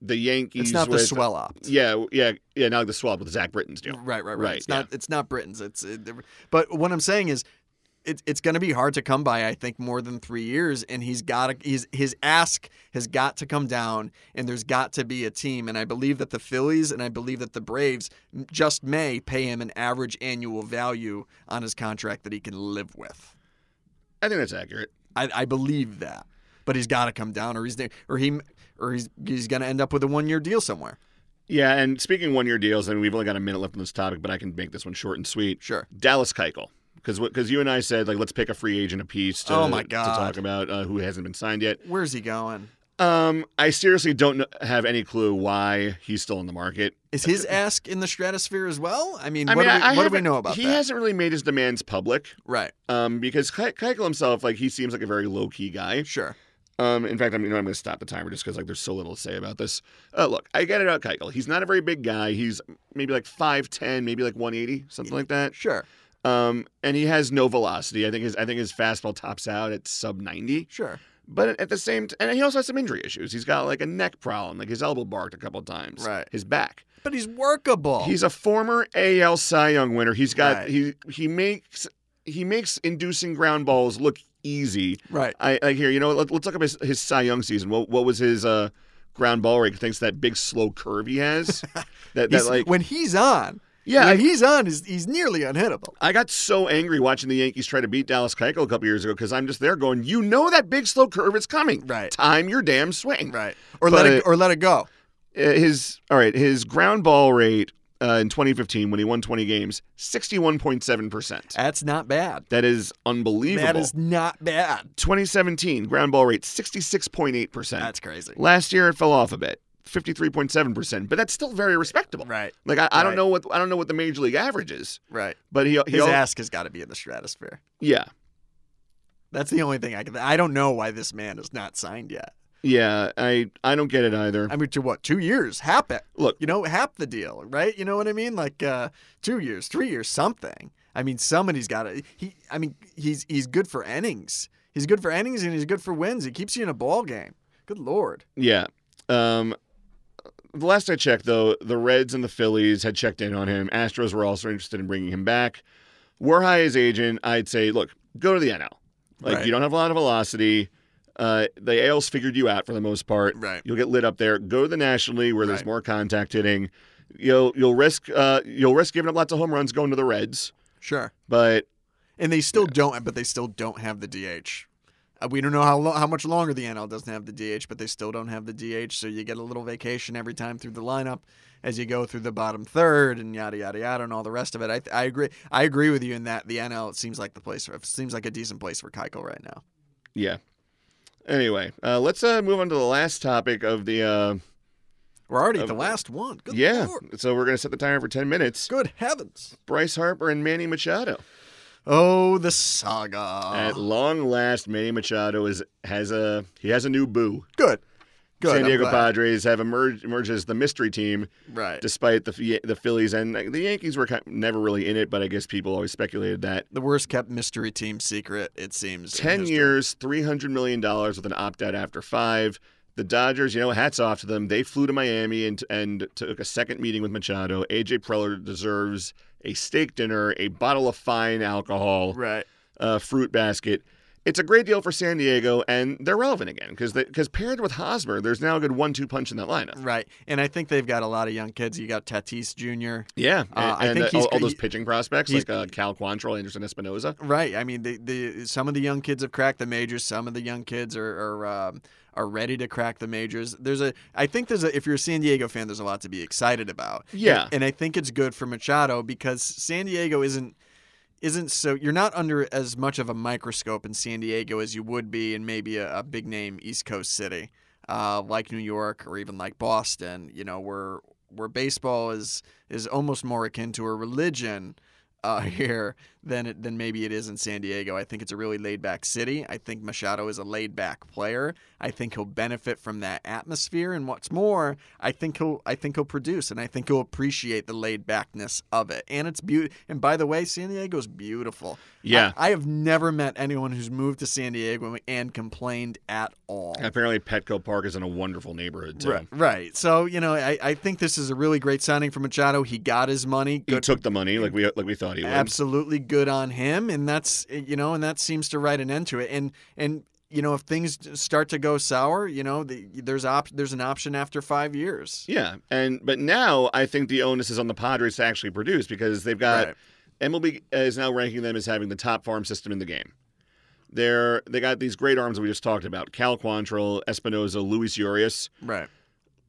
Speaker 3: the Yankees
Speaker 4: it's not the
Speaker 3: with-
Speaker 4: swell opt.
Speaker 3: Yeah, w- yeah, yeah. Not like the swap with Zach Britton's deal.
Speaker 4: Right, right, right.
Speaker 3: Right,
Speaker 4: It's not. It's not Britain's. It's. It, but what I'm saying is, it, it's going to be hard to come by. I think more than three years, and he's got to. He's his ask has got to come down, and there's got to be a team. And I believe that the Phillies and I believe that the Braves m- just may pay him an average annual value on his contract that he can live with.
Speaker 3: I think that's accurate.
Speaker 4: I, I believe that, but he's got to come down, or he's or he or he's he's going to end up with a one year deal somewhere.
Speaker 3: Yeah, and speaking one year deals, and we've only got a minute left on this topic, but I can make this one short and sweet.
Speaker 4: Sure.
Speaker 3: Dallas Keuchel, because because you and I said like let's pick a free agent apiece to
Speaker 4: Oh, my
Speaker 3: to
Speaker 4: God.
Speaker 3: talk about uh, who hasn't been signed yet.
Speaker 4: Where's he going?
Speaker 3: Um, I seriously don't kn- have any clue why he's still in the market.
Speaker 4: Is his ask in the stratosphere as well? I mean,
Speaker 3: I
Speaker 4: what,
Speaker 3: mean,
Speaker 4: do, we,
Speaker 3: I
Speaker 4: what do we
Speaker 3: haven't-
Speaker 4: know about
Speaker 3: he
Speaker 4: that?
Speaker 3: hasn't really made his demands public,
Speaker 4: right.
Speaker 3: um, because Ke- Keuchel himself, like, he seems like a very low key guy.
Speaker 4: Sure.
Speaker 3: Um, in fact, I'm you know I'm going to stop the timer just because like there's so little to say about this. Uh, look, I get it out Keuchel. He's not a very big guy. He's maybe like five ten, maybe like one eighty, something like that.
Speaker 4: Sure.
Speaker 3: Um, and he has no velocity. I think his I think his fastball tops out at sub ninety.
Speaker 4: Sure.
Speaker 3: But at the same, t- and he also has some injury issues. He's got like a neck problem, like his elbow barked a couple of times.
Speaker 4: Right.
Speaker 3: His back.
Speaker 4: But he's workable.
Speaker 3: He's a former AL Cy Young winner. He's got
Speaker 4: Right.
Speaker 3: he he makes he makes inducing ground balls look easy.
Speaker 4: right.
Speaker 3: I, I hear you know. Let, let's look up his his Cy Young season. What what was his uh ground ball rate? Thanks to that big slow curve he has. that that
Speaker 4: He's-
Speaker 3: like
Speaker 4: when he's on,
Speaker 3: yeah.
Speaker 4: when
Speaker 3: I,
Speaker 4: he's on, he's, he's nearly unhittable.
Speaker 3: I got so angry watching the Yankees try to beat Dallas Keuchel a couple years ago because I'm just there going, you know that big slow curve is coming.
Speaker 4: Right.
Speaker 3: Time your damn swing.
Speaker 4: Right. Or let
Speaker 3: But-
Speaker 4: it or let it go.
Speaker 3: Uh, His all right. His ground ball rate uh, in 2015 when he won 20 games, 61.7 percent.
Speaker 4: That's not bad.
Speaker 3: That is unbelievable.
Speaker 4: That is not bad.
Speaker 3: 2017 ground ball rate 66.8%.
Speaker 4: That's crazy.
Speaker 3: Last year it fell off a bit, 53.7%, but that's still very respectable.
Speaker 4: Right.
Speaker 3: Like I, I
Speaker 4: Right.
Speaker 3: don't know what I don't know what the major league average is,
Speaker 4: Right.
Speaker 3: but he, he
Speaker 4: His
Speaker 3: al-
Speaker 4: ask has got to be in the stratosphere.
Speaker 3: yeah.
Speaker 4: That's the only thing I can. I don't know why this man is not signed yet.
Speaker 3: Yeah, I I don't get it either.
Speaker 4: I mean, to what? Two years? Half it.
Speaker 3: Look,
Speaker 4: you know, half the deal, right? You know what I mean? Like uh, two years, three years, something. I mean, somebody's got to. He, I mean, he's he's good for innings. He's good for innings and he's good for wins. He keeps you in a ball game. Good lord.
Speaker 3: Yeah. Um, the last I checked, though, the Reds and the Phillies had checked in on him. Astros were also interested in bringing him back. Were high his agent, I'd say, look, go to the NL. Like,
Speaker 4: Right.
Speaker 3: you don't have a lot of velocity. Uh, the AL's figured you out for the most part.
Speaker 4: Right.
Speaker 3: You'll get lit up there. Go to the National League where there's
Speaker 4: Right.
Speaker 3: more contact hitting. You'll you'll risk uh, you'll risk giving up lots of home runs going to the Reds,
Speaker 4: Sure.
Speaker 3: but
Speaker 4: And they still don't, but they still don't have the DH. Uh, we don't know how lo- how much longer the NL doesn't have the DH, but they still don't have the DH. So you get a little vacation every time through the lineup as you go through the bottom third and yada yada yada and all the rest of it. I, th- I agree. I agree with you in that the NL it seems like the place it seems like a decent place for Keiko right now.
Speaker 3: yeah. Anyway, uh, let's uh, move on to the last topic of the uh,
Speaker 4: We're already at
Speaker 3: Uh,
Speaker 4: the last one. Good
Speaker 3: yeah.
Speaker 4: Lord.
Speaker 3: So we're gonna set the timer for ten minutes.
Speaker 4: Good heavens.
Speaker 3: Bryce Harper and Manny Machado.
Speaker 4: Oh, the saga.
Speaker 3: At long last, Manny Machado is has a he has a new boo.
Speaker 4: good. Good.
Speaker 3: San
Speaker 4: I'm
Speaker 3: Diego
Speaker 4: glad.
Speaker 3: Padres have emerged emerged as the mystery team,
Speaker 4: Right.
Speaker 3: despite the Phi- the Phillies and the Yankees were kind never really in it, but I guess people always speculated that.
Speaker 4: the worst kept mystery team secret, it seems. in
Speaker 3: Ten
Speaker 4: history.
Speaker 3: years, three hundred million dollars with an opt out after five. The Dodgers, you know, hats off to them. They flew to Miami and and took a second meeting with Machado. AJ Preller deserves a steak dinner, a bottle of fine alcohol.
Speaker 4: Right.
Speaker 3: uh, fruit basket. It's a great deal for San Diego, and they're relevant again because because paired with Hosmer, there's now a good one-two punch in that lineup.
Speaker 4: Right, and I think they've got a lot of young kids. You got Tatis Jr.
Speaker 3: Yeah, and,
Speaker 4: Uh, I
Speaker 3: and,
Speaker 4: think
Speaker 3: uh,
Speaker 4: he's-
Speaker 3: all, all those
Speaker 4: he-
Speaker 3: pitching prospects
Speaker 4: he's-
Speaker 3: like uh, Cal Quantrill, Anderson Espinoza.
Speaker 4: Right, I mean, the, the some of the young kids have cracked the majors. Some of the young kids are are, um, are ready to crack the majors. There's a, I think there's a, if you're a San Diego fan, there's a lot to be excited about.
Speaker 3: Yeah.
Speaker 4: and I think it's good for Machado because San Diego isn't isn't so you're not under as much of a microscope in San Diego as you would be in maybe a, a big name East Coast city uh, like New York or even like Boston. You know where where baseball is is almost more akin to a religion. Uh, here than it, than maybe it is in San Diego. I think it's a really laid back city. I think Machado is a laid back player. I think he'll benefit from that atmosphere. And what's more, I think he'll I think he'll produce, and I think he'll appreciate the laid backness of it. And it's beautiful. And by the way, San Diego's beautiful.
Speaker 3: Yeah.
Speaker 4: I, I have never met anyone who's moved to San Diego and complained at all.
Speaker 3: Apparently, Petco Park is in a wonderful neighborhood too.
Speaker 4: Right, right. So you know, I, I think this is a really great signing for Machado. He got his money.
Speaker 3: He
Speaker 4: Good
Speaker 3: took the money like we like we thought he would.
Speaker 4: absolutely good on him and that's eh, you know and that seems to write an end to it and and you know if things start to go sour you know the, there's op- there's an option after 5 years
Speaker 3: Yeah, and but now I think the onus is on the Padres to actually produce because they've got
Speaker 4: Right.
Speaker 3: MLB is now ranking them as having the top farm system in the game. They're they got these great arms that we just talked about: Cal Quantrill, Espinoza, Luis Urias.
Speaker 4: right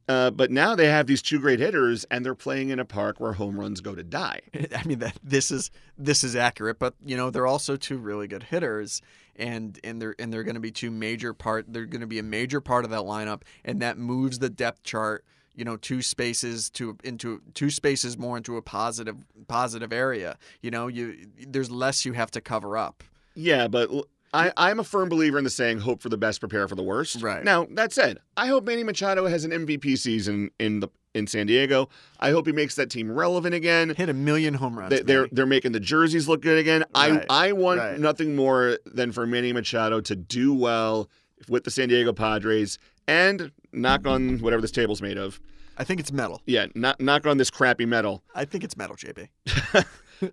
Speaker 3: Uh, but now they have these two great hitters, and they're playing in a park where home runs go to die.
Speaker 4: I mean that this is this is accurate, but you know they're also two really good hitters, and and they're and they're going to be two major part. They're going to be a major part of that lineup, and that moves the depth chart. You know, two spaces to into two spaces more into a positive positive area. You know, you there's less you have to cover up.
Speaker 3: Yeah, but l- I, am a firm believer in the saying "hope for the best, prepare for the worst."
Speaker 4: Right.
Speaker 3: now, that said, I hope Manny Machado has an MVP season in the in San Diego. I hope he makes that team relevant again.
Speaker 4: Hit a million home runs.
Speaker 3: They, they're
Speaker 4: Manny.
Speaker 3: they're making the jerseys look good again.
Speaker 4: Right,
Speaker 3: I I want
Speaker 4: right.
Speaker 3: nothing more than for Manny Machado to do well with the San Diego Padres and knock on whatever this table's made of.
Speaker 4: I think it's metal.
Speaker 3: Yeah, knock knock on this crappy metal.
Speaker 4: I think it's metal, JB.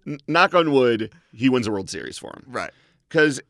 Speaker 3: N- knock on wood. He wins a World Series for him
Speaker 4: Right.
Speaker 3: because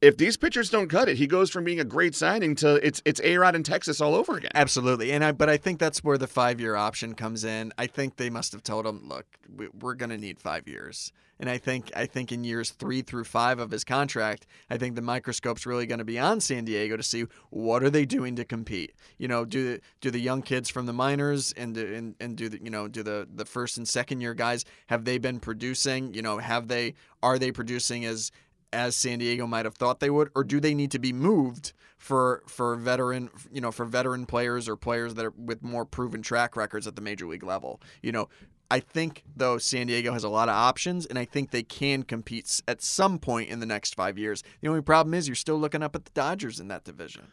Speaker 3: if these pitchers don't cut it, he goes from being a great signing to it's it's A Rod in Texas all over again.
Speaker 4: Absolutely, and I but I think that's where the five year option comes in. I think they must have told him, look, we, we're going to need five years, and I think I think in years three through five of his contract, I think the microscope's really going to be on San Diego to see what are they doing to compete. You know, do do the young kids from the minors and do, and and do the you know do the the first and second year guys have they been producing? You know, have they are they producing as as San Diego might have thought they would, or do they need to be moved for for veteran you know for veteran players or players that are with more proven track records at the major league level? You know, I think though San Diego has a lot of options, and I think they can compete s- at some point in the next five years. The only problem is you're still looking up at the Dodgers in that division.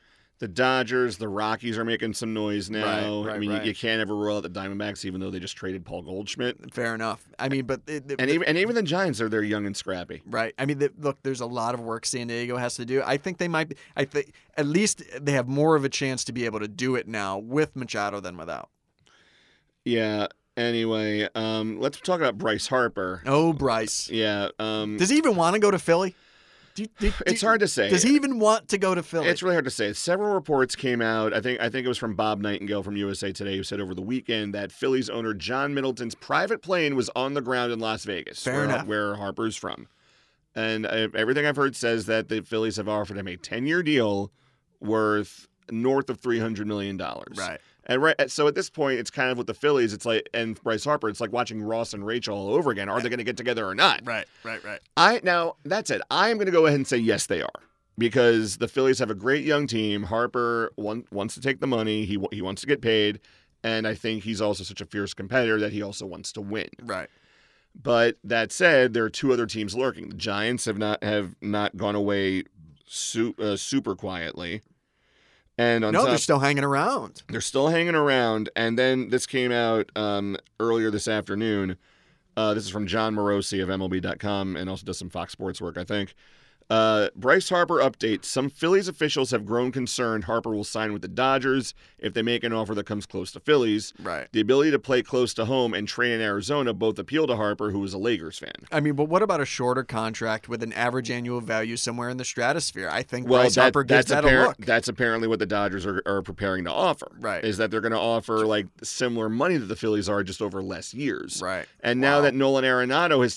Speaker 3: the Dodgers, the Rockies are making some noise now.
Speaker 4: Right,
Speaker 3: I
Speaker 4: right,
Speaker 3: mean,
Speaker 4: right.
Speaker 3: you, you can't ever rule out the Diamondbacks, even though they just traded Paul Goldschmidt.
Speaker 4: Fair enough. I mean, but it, it-
Speaker 3: And even, and even the Giants are they're young and scrappy.
Speaker 4: Right. I mean, th look, there's a lot of work San Diego has to do. I think they might. Be, I think at least they have more of a chance to be able to do it now with Machado than without.
Speaker 3: Yeah. Anyway, um, let's talk about Bryce Harper.
Speaker 4: Oh, Bryce.
Speaker 3: Yeah. Um,
Speaker 4: Does he even want to go to Philly? Do, you- do- do-
Speaker 3: it's hard to say.
Speaker 4: Does he even want to go to Philly?
Speaker 3: It's really hard to say. Several reports came out. I think I think it was from Bob Nightingale from USA Today, who said over the weekend that Phillies owner John Middleton's private plane was on the ground in Las Vegas,
Speaker 4: Fair
Speaker 3: where,
Speaker 4: enough.
Speaker 3: where Harper's from. And I, everything I've heard says that the Phillies have offered him a ten-year deal worth north of three hundred million dollars.
Speaker 4: right.
Speaker 3: And right, so at this point, it's kind of with the Phillies. It's like and Bryce Harper. It's like watching Ross and Rachel all over again. Are they going to get together or not?
Speaker 4: Right. Right. Right.
Speaker 3: I now that's it. I am going to go ahead and say yes, they are because the Phillies have a great young team. Harper want, wants to take the money. He wa- he wants to get paid, and I think he's also such a fierce competitor that he also wants to win.
Speaker 4: Right.
Speaker 3: But that said, there are two other teams lurking. The Giants have not have not gone away su- uh, super quietly, and on
Speaker 4: No,
Speaker 3: top,
Speaker 4: they're still hanging around.
Speaker 3: they're still hanging around. And then this came out um, earlier this afternoon. Uh, this is from John Morosi of MLB.com and also does some Fox Sports work, I think. Uh, Bryce Harper update. Some Phillies officials have grown concerned Harper will sign with the Dodgers if they make an offer that comes close to Phillies.
Speaker 4: Right.
Speaker 3: The ability to play close to home and train in Arizona both appeal to Harper, who is a Lakers fan.
Speaker 4: I mean, but what about a shorter contract with an average annual value somewhere in the stratosphere? I think
Speaker 3: Well,
Speaker 4: Bryce
Speaker 3: that-
Speaker 4: Harper gives
Speaker 3: that's
Speaker 4: that
Speaker 3: appar-
Speaker 4: a look.
Speaker 3: That's apparently what the Dodgers are, are preparing to offer.
Speaker 4: Right.
Speaker 3: Is that they're going to offer like similar money that the Phillies are, just over less years.
Speaker 4: right.
Speaker 3: And now that Nolan Arenado has